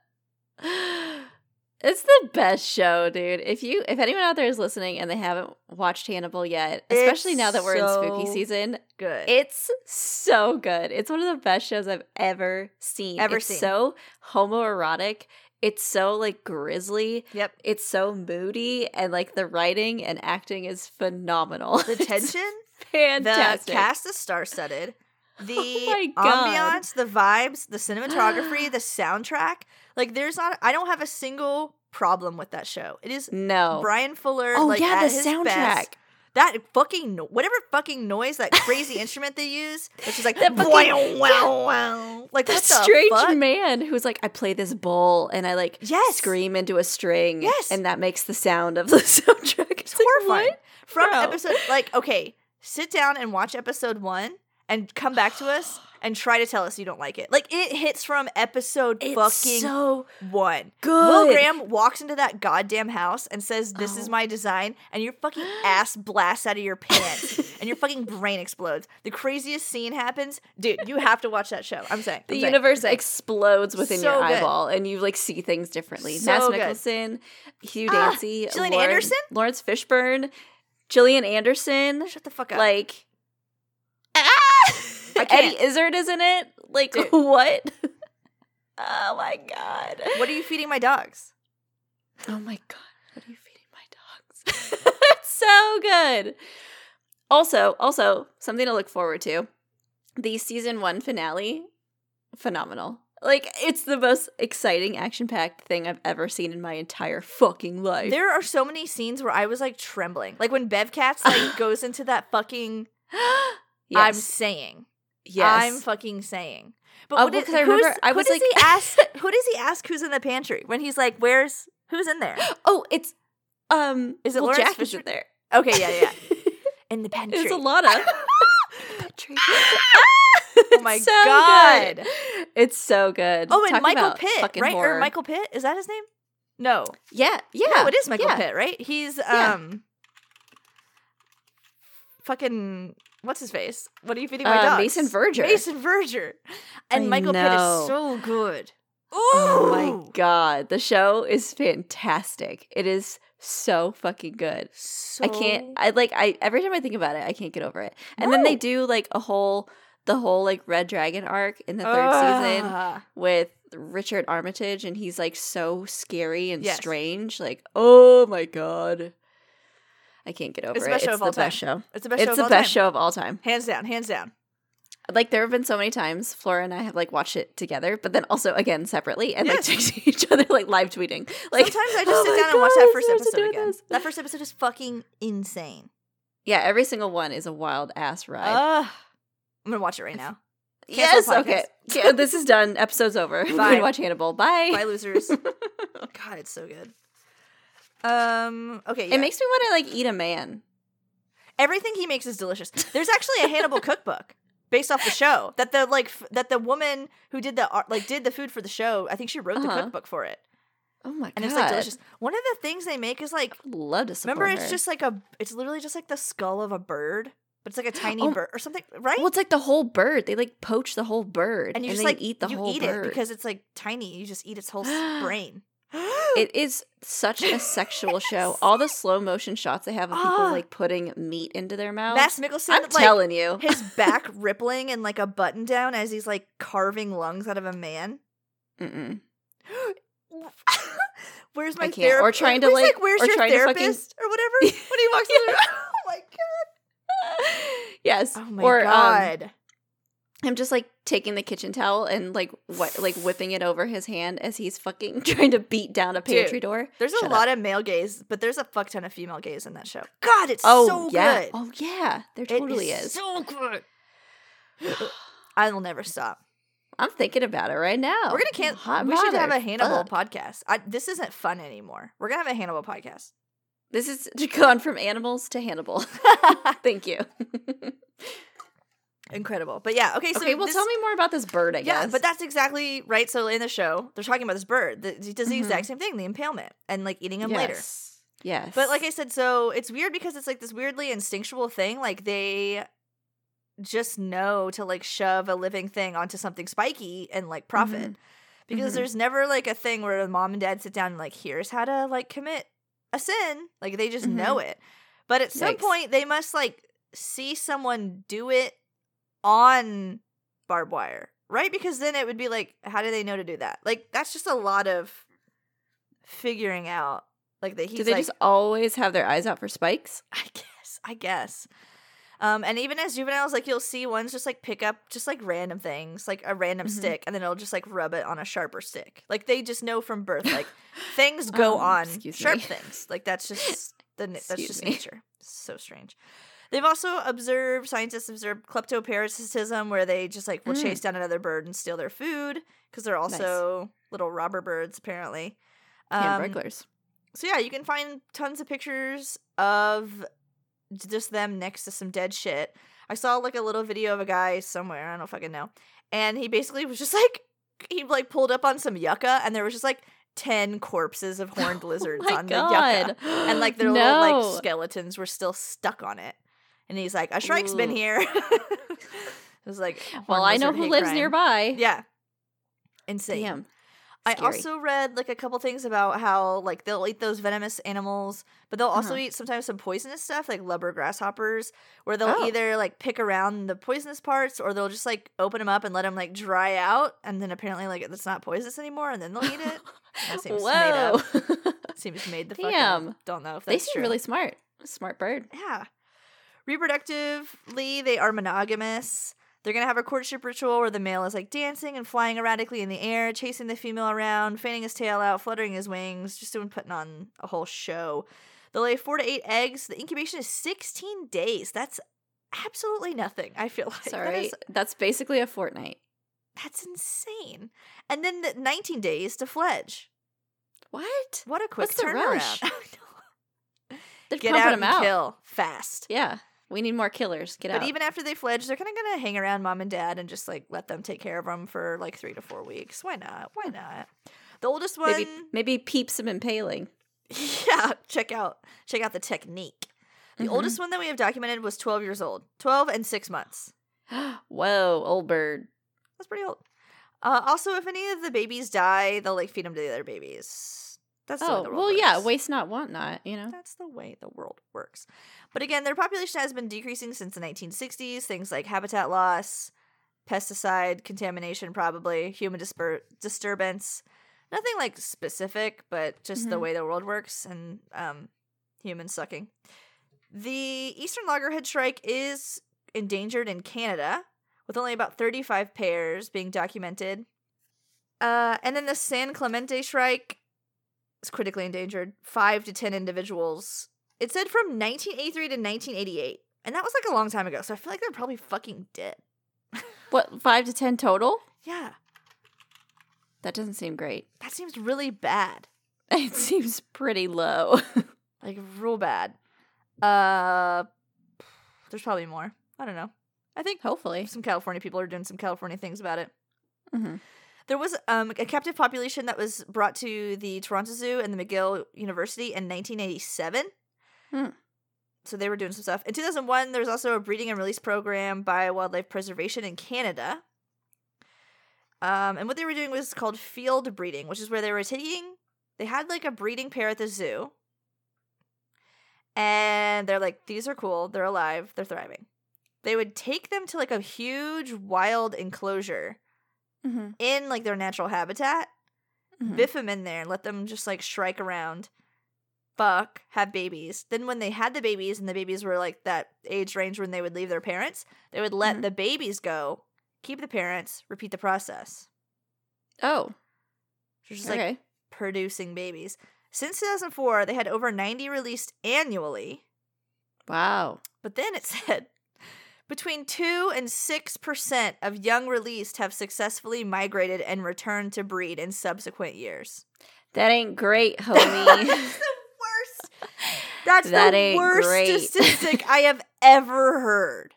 B: It's the best show, dude. If you if anyone out there is listening and they haven't watched Hannibal yet, especially
A: It's
B: now that we're in spooky
A: so
B: season,
A: Good.
B: it's so good. It's one of the best shows I've ever seen.
A: Ever
B: it's
A: seen.
B: so homoerotic. It's so like grisly.
A: yep.
B: It's so moody and like the writing and acting is phenomenal. <laughs>
A: The
B: It's
A: tension, the
B: fantastic. Oh
A: cast is star
B: <laughs>
A: studded. The
B: my God.
A: ambiance, the vibes, the
B: <gasps>
A: cinematography, the soundtrack. Like there's not I don't have a single problem with that show. It is
B: no.
A: Brian Fuller
B: oh
A: like
B: yeah,
A: at
B: the
A: his
B: soundtrack.
A: best. That fucking no- whatever fucking noise that
B: <laughs>
A: crazy instrument they use, which is like
B: That fucking-
A: wow
B: <laughs>
A: wow wow. Like
B: That
A: what the
B: strange
A: fuck?
B: man who's like, I play this bowl and I like
A: Yes.
B: scream into a string.
A: Yes.
B: And that makes the sound of the <laughs> soundtrack. It's like,
A: horrifying.
B: what?
A: From
B: Bro.
A: episode like okay, sit down and watch episode 1 and come back to
B: <sighs>
A: us and try to tell us you don't like it. Like it hits from episode
B: It's
A: fucking
B: so
A: 1.
B: good.
A: Will Graham walks into that goddamn house and says, "This is
B: Oh.
A: my design," and your fucking
B: <gasps>
A: ass blasts out of your pants, and your
B: <laughs>
A: fucking brain explodes. The craziest scene happens, dude. You have to watch that show. I'm saying
B: the
A: I'm saying.
B: universe explodes within
A: So
B: your
A: good.
B: eyeball and you like see things differently.
A: So
B: Mads
A: good.
B: Mikkelsen, Hugh
A: Ah,
B: Dancy,
A: Gillian
B: Lauren-
A: Anderson?
B: Lawrence Fishburne, Gillian Anderson.
A: <laughs> Shut the fuck up. Ah!
B: Like <laughs>
A: I can't.
B: Eddie Izzard is in it. Like
A: Dude.
B: <laughs> what? oh my god.
A: what are you feeding my dogs?
B: Oh my god, what are you feeding my dogs? <laughs> it's so good. Also, also something to look forward to. The season 1 finale phenomenal. Like it's the most exciting action-packed thing I've ever seen in my entire fucking <laughs> life.
A: There are so many scenes where I was like trembling, like when Bevcats
B: <sighs>
A: like goes into that fucking.
B: yes.
A: I'm saying.
B: yes.
A: I'm fucking saying. But
B: Oh,
A: what
B: well,
A: is-
B: 'cause I remember
A: who's-
B: I
A: who
B: was
A: does
B: like- <laughs>
A: he ask? Who does he ask? Who's in the pantry? When he's like, "Where's who's in there?"
B: oh, it's um
A: Is it
B: well,
A: Lawrence
B: Jack is
A: Fisher-
B: in there.
A: Okay, yeah, yeah. In the pantry.
B: <laughs> It's a lot
A: <laughs>
B: of Petrie.
A: Oh
B: <laughs>
A: my god.
B: It's so good.
A: Oh, and
B: Talk
A: Michael
B: about
A: Pitt,
B: fucking
A: right? Or
B: horror.
A: Michael Pitt? Is that his name? No.
B: Yeah, yeah.
A: No, it is Michael
B: yeah.
A: Pitt, right? He's um
B: Yeah.
A: fucking what's his face? What are you feeding my
B: Uh,
A: dogs?
B: Mason Verger.
A: Mason Verger. And
B: I
A: Michael Pitt is
B: know.
A: so good. Ooh.
B: Oh my god, the show is fantastic. It is so fucking good.
A: So
B: I can't. I like. I every time I think about it, I can't get over it. And then they
A: No.
B: do like a whole, the whole like Red Dragon arc in the third season
A: Ah.
B: with Richard Armitage, and he's like so scary and
A: Yes.
B: strange. Like, oh my god, I can't get over
A: It's the
B: it.
A: best show
B: it's
A: of
B: the
A: all
B: best show.
A: It's the best show
B: It's
A: of
B: the
A: all
B: best
A: time.
B: show of all time.
A: Hands down, hands down.
B: like there have been so many times Flora and I have like watched it together, but then also again separately and
A: Yes.
B: like texting each other like live tweeting. Like
A: Sometimes I
B: "Oh
A: just sit
B: my
A: down and watch
B: God,
A: that
B: I'm
A: first
B: supposed to
A: episode
B: do
A: again.
B: this."
A: That first episode is fucking insane.
B: yeah, every single one is a wild ass ride.
A: Ugh. I'm gonna watch it right
B: <laughs>
A: now.
B: yes,
A: Oh, cancel podcast.
B: okay. <laughs> Yeah, this is done. Episode's over. <laughs> We
A: Bye.
B: can watch Hannibal. Bye.
A: Bye,
B: <laughs>
A: losers. God, it's so good. Um. Okay. yeah.
B: It makes me want to like eat a man.
A: everything he makes is delicious. There's actually a Hannibal cookbook based off the show that the like f- that the woman who did the art like did the food for the show. I think she wrote the
B: Uh-huh.
A: cookbook for it,
B: Oh my god.
A: and it's like delicious. One of the things they make is like
B: Love to support
A: remember it's
B: her.
A: just like a it's literally just like the skull of a bird, but it's like a tiny
B: Oh.
A: bird or something, right?
B: well, it's like the whole bird. They like poach the whole bird,
A: and you just
B: then
A: like
B: eat the
A: you
B: whole
A: eat
B: bird
A: it because it's like tiny. You just eat its whole
B: <gasps>
A: s- brain.
B: It is such a sexual show. All the slow motion shots they have of people
A: Ah.
B: like putting meat into their mouths.
A: Mass Mickelson,
B: I'm
A: like,
B: telling you. <laughs>
A: his back rippling and like a button down as he's like carving lungs out of a man. <gasps>
B: Mm-mm.
A: where's
B: I
A: my
B: can't. Or
A: therap-
B: trying to,
A: where's,
B: like-
A: where's
B: or
A: your
B: trying to fucking-
A: therapist or
B: <laughs>
A: whatever when he walks in the room. <laughs> Oh my god!
B: yes.
A: Oh my
B: or, um,
A: god!
B: I'm just like taking the kitchen towel and like what like whipping it over his hand as he's fucking <laughs> trying to beat down a pantry door.
A: there's a
B: shut
A: lot of male gaze, but there's a fuck ton of female gaze in that show. God, it's
B: Oh
A: so
B: yeah.
A: good.
B: Oh yeah. There
A: It
B: totally is.
A: so good. <sighs> I'll never stop.
B: I'm thinking about it right now.
A: We're gonna can't.
B: Hot
A: we should have a
B: bothered.
A: Hannibal
B: Fuck.
A: podcast. I, this isn't fun anymore. We're gonna have a Hannibal podcast.
B: This is <laughs> gone from animals to <laughs> Hannibal. Thank you.
A: Incredible, but yeah. Okay, so
B: okay, well
A: this-
B: tell me more about this bird, I
A: Yeah,
B: guess.
A: but that's exactly right. So in the show, they're talking about this bird that he does the
B: Mhm.
A: exact same thing, the impalement, and like eating him later.
B: Yes. Yes.
A: But like I said, so it's weird because it's like this weirdly instinctual thing. Like they just know to like shove a living thing onto something spiky and like profit.
B: Mhm.
A: because
B: Mhm.
A: there's never like a thing where the mom and dad sit down and like here's how to like commit a sin like they just know it but at some
B: Mm-hmm. Yikes.
A: point they must like see someone do it on barbed wire right because then it would be like how do they know to do that like that's just a lot of figuring out like that he's
B: do they
A: like
B: just always have their eyes out for spikes?
A: <laughs> I guess. I guess. Um, and even as juveniles, like you'll see ones just like pick up just like random things, like a random
B: Mhm.
A: stick, and then it'll just like rub it on a sharper stick. Like they just know
B: <laughs>
A: from birth, like things go
B: Um,
A: on
B: excuse
A: sharp
B: me.
A: things. Like that's
B: <laughs>
A: just the na- that's
B: Excuse
A: just
B: me.
A: nature. So strange. They've also observed scientists observed kleptoparasitism, where they just like will
B: Mm.
A: chase down
B: <laughs>
A: another bird and steal their food because they're also little robber birds apparently.
B: and
A: Um, <laughs>
B: burglars.
A: so yeah, you can find tons of pictures of just them next to some dead shit. I saw like a little video of a guy somewhere, I don't fucking know. And he basically was just <laughs> like he like pulled up on some yucca and there was just like 10 corpses
B: <laughs>
A: of horned lizards
B: Oh my
A: on the yucca. And
B: <gasps>
A: like their little
B: No.
A: like skeletons were still stuck on it. And he's like, "A shrike's been
B: Ooh.
A: here." <laughs> it was like,
B: Well,
A: horned
B: I know
A: lizard
B: who
A: hate
B: lives
A: crime.
B: nearby.
A: Yeah. Insane.
B: Damn.
A: I also read like a couple things about how like they'll eat those venomous animals, but they'll also
B: Uh-huh.
A: eat sometimes some poisonous stuff like lubber grasshoppers, where they'll
B: Oh.
A: either like pick around the poisonous parts or they'll just like open them up and let them like dry out, and then apparently like it's not poisonous anymore, and then they'll eat it. That seems made up.
B: <laughs> Whoa.
A: <laughs> Seems made the fuck up.
B: Damn.
A: Don't know if that's
B: they seem
A: true.
B: really smart. Smart bird.
A: Yeah. Reproductively, they are monogamous. They're going to have a courtship ritual where the male is like dancing and flying erratically in the air, chasing the female around, fanning his tail out, fluttering his wings, just doing putting on a whole show. They'll lay four to eight eggs. The incubation is 16 days. That's absolutely nothing, I feel like. That
B: Sorry.
A: is-
B: That's basically a fortnight.
A: that's insane. And then the 19 days to fledge.
B: What?
A: What a quick
B: What's the
A: turnaround. <laughs>
B: rush?
A: I know.
B: They're
A: Get
B: pumping
A: out
B: them
A: and
B: out.
A: kill fast.
B: Yeah. We need more killers. Get
A: But
B: out.
A: even after they fledge, they're kind of going to hang around mom and dad and just like let them take care of them for like three to four weeks. Why not? Why not? The oldest one, <laughs>
B: maybe maybe peep some impaling.
A: yeah. Check out check out the technique. The
B: Mhm.
A: oldest one that we have documented was 12 years old, 12 and six months.
B: Whoa, old bird.
A: That's pretty old. Uh, also, if any of the babies die, they'll like feed them to the other babies. That's the way
B: oh,
A: the world
B: well, yeah.
A: works.
B: Waste not, want not. You know.
A: That's the way the world works. But again, their population has been decreasing since the 1960s. Things like habitat loss, pesticide contamination, probably human disper- disturbance. Nothing like specific, but just the
B: Mhm.
A: way the world works and um, humans sucking. The eastern loggerhead shrike is endangered in Canada, with only about 35 pairs being documented. Uh, and then the San Clemente Shrike is critically endangered. Five to ten individuals. It said from 1983 to 1988, and that was like a long time ago. So I feel like they're probably fucking dead.
B: What? Five to ten total?
A: Yeah,
B: That doesn't seem great. <laughs>
A: that seems really bad.
B: It seems pretty low.
A: Like real bad. Uh, <sighs> there's probably more. I don't know. I think
B: Hopefully.
A: some California people are doing some California things about it.
B: Mhm.
A: There was um, a captive population that was brought to the Toronto Zoo and the McGill University in 1987.
B: Hmm.
A: So they were doing some stuff. In 2001, there was also a breeding and release program by Wildlife Preservation in Canada. Um, and what they were doing was called field breeding, which is where they were taking, they had like a breeding pair at the zoo. And they're like, these are cool. They're alive. They're thriving. They would take them to like a huge wild enclosure
B: Mm-hmm.
A: in like their natural habitat,
B: Hmm.
A: biff them in there and let them just like shrike around, fuck, have babies. Then when they had the babies and the babies were like that age range when they would leave their parents, they would let
B: Mhm.
A: the babies go, keep the parents, repeat the process.
B: Oh,
A: So it's just like
B: okay.
A: producing babies. Since 2004, they had over 90 released annually.
B: wow.
A: But then it <laughs> said between 2 and 6% of young released have successfully migrated and returned to breed in subsequent years. <laughs>
B: That ain't great,
A: That's the
B: homie. <laughs>
A: worst. That's
B: That
A: the
B: ain't
A: worst
B: great.
A: statistic I have ever heard.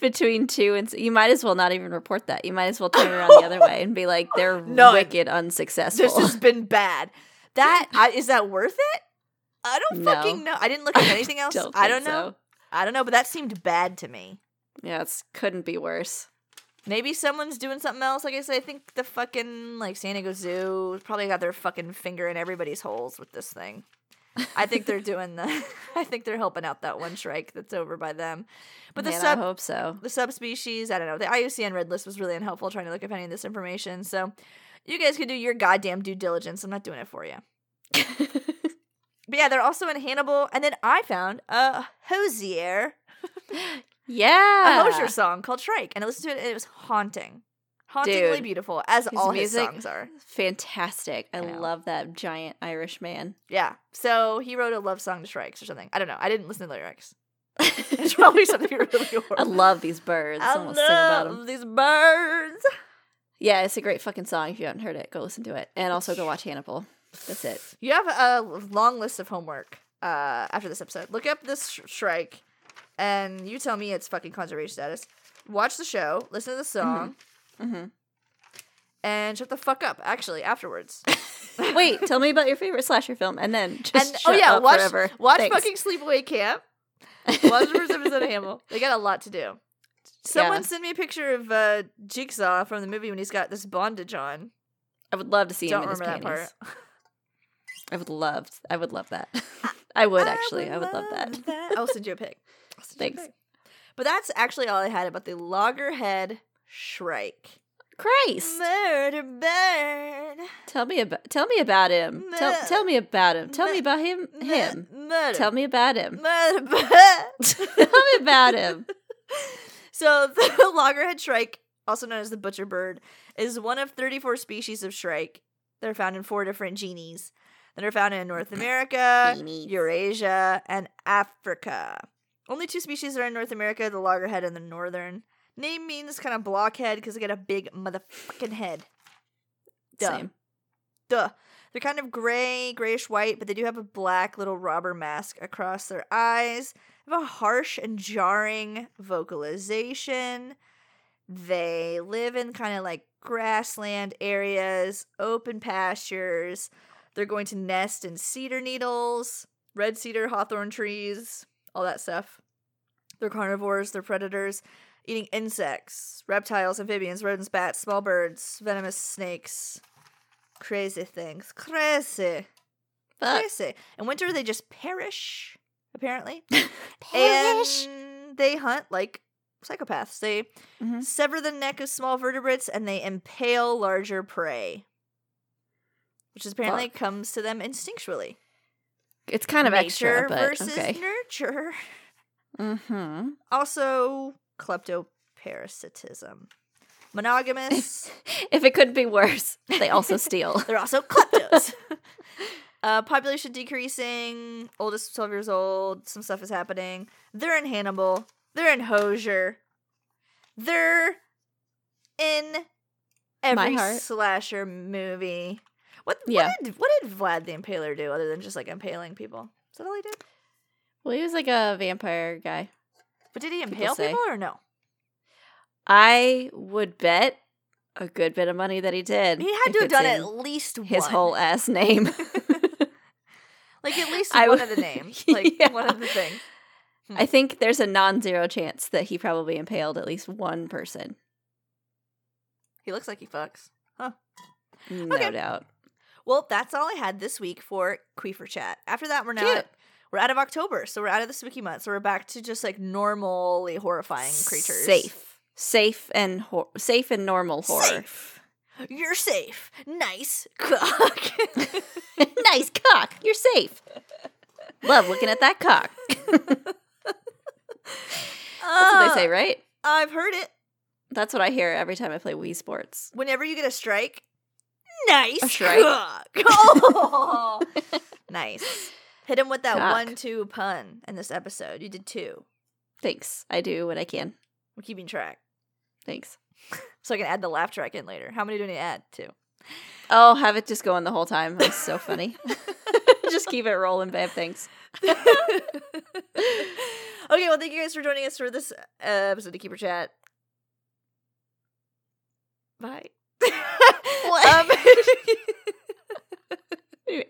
B: Between two and s- you might as well not even report that. You might as well turn it around the other way and be like,
A: <laughs>
B: they're
A: None.
B: wicked
A: <laughs>
B: unsuccessful.
A: This <laughs>
B: <laughs>
A: has been bad. <laughs> That I, is that worth it? I don't
B: No.
A: fucking know. I didn't look at <laughs> anything else. I
B: think
A: don't know.
B: so.
A: I don't know, but that seemed bad to me.
B: Yeah, it couldn't be worse.
A: Maybe someone's doing something else. Like I said, I think the fucking like San Diego Zoo probably got their fucking finger in everybody's holes with this thing. I think
B: <laughs>
A: they're doing the. <laughs> I think they're helping out that one shrike that's over by them. But the
B: Man,
A: sub
B: I hope so.
A: the subspecies. I don't know. The IUCN red list was really unhelpful trying to look up any of this information. So you guys can do your goddamn due diligence. I'm not doing it for
B: <laughs>
A: you. But yeah, they're also in Hannibal. And then I found a Hosier,
B: yeah.
A: a Hosier song called Shrike. And I listened to it and it was haunting. Hauntingly
B: Dude.
A: beautiful, as
B: His
A: all his
B: music-
A: songs are.
B: Fantastic. I,
A: I know.
B: love that giant
A: <laughs>
B: Irish man.
A: Yeah. So he wrote a love song to Shrikes or something. I don't know. I didn't listen to the lyrics. <laughs>
B: <laughs>
A: It's probably something really horrible.
B: I love these birds. I,
A: I
B: want to sing about them.
A: love these birds.
B: Yeah, it's a great fucking song. If you haven't heard it, go listen to it, and also go watch Hannibal. That's it.
A: You have a long list of homework uh, after this episode. Look up this sh- shrike, and you tell me it's fucking conservation status. Watch the show, listen to the song,
B: hmm
A: and shut the fuck up. Actually,
B: <laughs>
A: afterwards,
B: Wait, tell me about your favorite slasher film, and then
A: and
B: just
A: oh
B: shut
A: yeah,
B: up
A: watch
B: forever.
A: watch
B: Thanks.
A: fucking Sleepaway Camp. Watch the first episode of Hannibal. They got a lot to do. Someone
B: Yeah.
A: sent me a picture of uh, Jigsaw from the movie when he's got this bondage on.
B: <laughs> I would love to see
A: Don't
B: him in his
A: remember that
B: panties.
A: part.
B: I would love. I would love that.
A: <laughs>
B: I would actually. I would love, that.
A: I'll send you a pic. I'll send you a
B: Thanks.
A: pic. But that's actually all I had about the loggerhead shrike.
B: Christ,
A: Murder bird.
B: tell me about. Tell me about him. Tell,
A: Meh.
B: tell me about him. Tell me
A: Meh.
B: about him. Him.
A: Mur- Murder.
B: Tell me about him.
A: Murder bird. <laughs>
B: <laughs> tell me about him.
A: so <laughs> the loggerhead shrike, also known as the butcher bird, is one of 34 species of shrike. They're found in four different genies that are found in North America,
B: Genies.
A: Eurasia, and Africa. Only two species are in North America, the loggerhead and the northern. Name means kind of blockhead because they got a big motherfucking head. Duh.
B: Same.
A: Duh. They're kind of gray, grayish white, but they do have a black little robber mask across their eyes. They have a harsh and jarring vocalization. They live in kind of like grassland areas, open pastures. They're going to nest in cedar needles, red cedar, hawthorn trees, all that stuff. They're carnivores, they're predators, eating insects, reptiles, amphibians, rodents, bats, small birds, venomous snakes, crazy things. Crazy.
B: Fuck.
A: Crazy. In winter, they just perish,
B: <laughs>
A: apparently.
B: Perish.
A: And they hunt like psychopaths. They
B: Mhm.
A: sever the neck of small vertebrates and they impale larger prey, which is apparently
B: Fuck.
A: comes to them instinctually.
B: It's kind of
A: Nature
B: extra, but
A: versus
B: okay.
A: nurture.
B: Mm-hmm.
A: Also, kleptoparasitism.
B: <laughs>
A: Monogamous.
B: If it could be worse,
A: <laughs>
B: they also steal.
A: They're also kleptos. <laughs> uh, population decreasing. Oldest 12 years old. Some stuff is happening. They're in Hannibal. They're in Hosier. They're in every
B: heart.
A: slasher movie. What,
B: Yeah.
A: what, did, what did Vlad the Impaler do other than just like impaling people? Is that all he did?
B: Well, he was like a vampire guy.
A: But did he
B: People
A: impale
B: say.
A: people or no?
B: I would bet a good bit of money that he did.
A: He had
B: if
A: to have
B: it's
A: done
B: in
A: at least one.
B: His whole ass name. <laughs>
A: like at least
B: I
A: one
B: would- <laughs>
A: of the names, like
B: Yeah.
A: one of the things. <laughs>
B: I think there's a non-zero chance that he probably impaled at least one person.
A: He looks like he fucks.
B: No
A: Okay.
B: doubt.
A: Well, that's all I had this week for Queefer Chat. After that, we're
B: Cute.
A: not we're out of October, so we're out of the spooky month, so we're back to just like normally horrifying creatures.
B: Safe. Safe and hor- safe and normal horror.
A: Safe. You're safe. Nice cock.
B: <laughs> nice cock. You're safe. Love looking at that cock. <laughs> That's what they say, right?
A: Uh, I've heard it.
B: That's what I hear every time I play Wii Sports.
A: Whenever you get a strike, nice
B: A strike?
A: cock. <laughs>
B: <laughs>
A: Oh. nice. Hit him with that
B: Cock.
A: one-two pun in this episode. You did two.
B: Thanks. I do what I can.
A: We're keeping track.
B: Thanks.
A: So I can add the laugh track in later. How many do I need to add? Two.
B: Oh, have it just going the whole time. It's so funny.
A: <laughs>
B: just keep it rolling, babe. Thanks.
A: okay, well, thank you guys for joining us for this uh, episode of Keeper Chat. Bye.
B: What?
A: Um,
B: <laughs>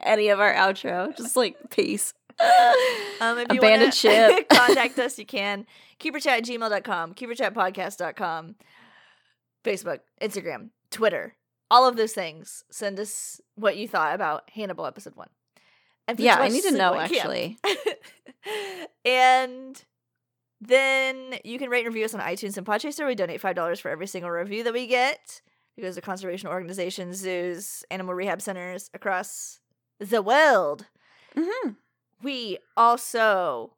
B: Any of our outro, just like peace.
A: um, if you
B: Abandoned
A: want to <laughs>
B: ship.
A: contact us, you can. KeeperChat at gmail.com, KeeperChatPodcast.com. Facebook, Instagram, Twitter, all of those things. Send us what you thought about Hannibal episode one. And please
B: <laughs> yeah, I
A: watch
B: need to
A: Sleepaway
B: know
A: Camp.
B: actually.
A: <laughs> and then you can rate and review us on iTunes and Podchaser. We donate five dollars for every single review that we get. It goes to conservation organizations, zoos, animal rehab centers across the world. Mm-hmm.
B: hmm
A: We also.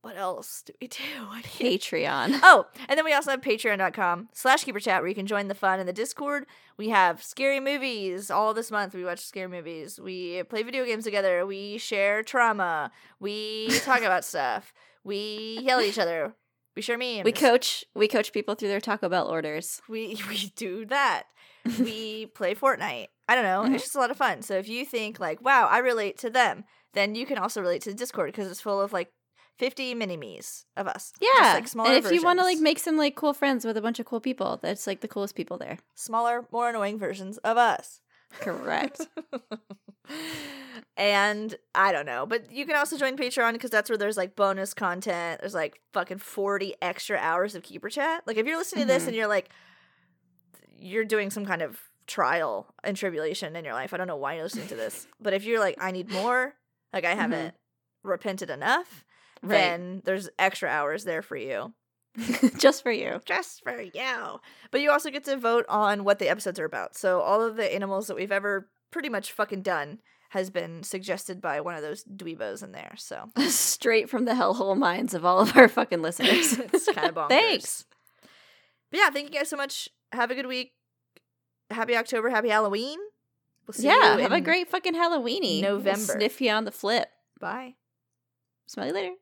A: What else do we do? <laughs> I can't-
B: <laughs> Patreon.
A: Oh, and then we also have patreon.com slash keeper chat where you can join the fun in the Discord. We have scary movies all this month. We watch scary movies. We play video games together. We share trauma.
B: <laughs>
A: We talk about stuff. We yell at each other. We share memes.
B: We coach we coach people through their Taco Bell orders.
A: We, <laughs> we do that.
B: <laughs>
A: We play Fortnite. I don't know.
B: Mhm. <laughs>
A: It's just a lot of fun. So if you think, like, wow, I relate to them, then you can also relate to the Discord because it's full of like 50 mini me's of us.
B: Yeah.
A: Just, like smaller
B: and if you want to
A: versions.
B: like make some like cool friends with a bunch of cool people, that's like the coolest people there.
A: smaller, more annoying versions of us.
B: Correct.
A: and I don't know, but you can also join Patreon because that's where there's like bonus content. There's like fucking 40 extra hours of Keeper Chat. Like if you're listening to this
B: Mhm.
A: and you're like, you're doing some kind of trial and tribulation in your life, I don't know why you're listening to this, but if you're like, I need more, like I
B: Mhm.
A: haven't repented enough,
B: <laughs> right.
A: then there's extra hours there for you
B: <laughs> Just
A: <laughs>
B: for you.
A: just for you. But you also get to vote on what the episodes are about. So all of the animals that we've ever pretty much fucking done has been suggested by one of those dweebos in there.
B: <laughs>
A: So
B: Straight from the hellhole minds of all of our fucking listeners.
A: it's kind of bonkers.
B: <laughs> Thanks.
A: But yeah, thank you guys so much. Have a good week. Happy October. Happy Halloween. We'll <laughs> see
B: yeah.
A: you
B: Have a
A: in-
B: great fucking Halloweeny. We'll
A: November.
B: sniff you on the flip.
A: Bye.
B: Smell you later.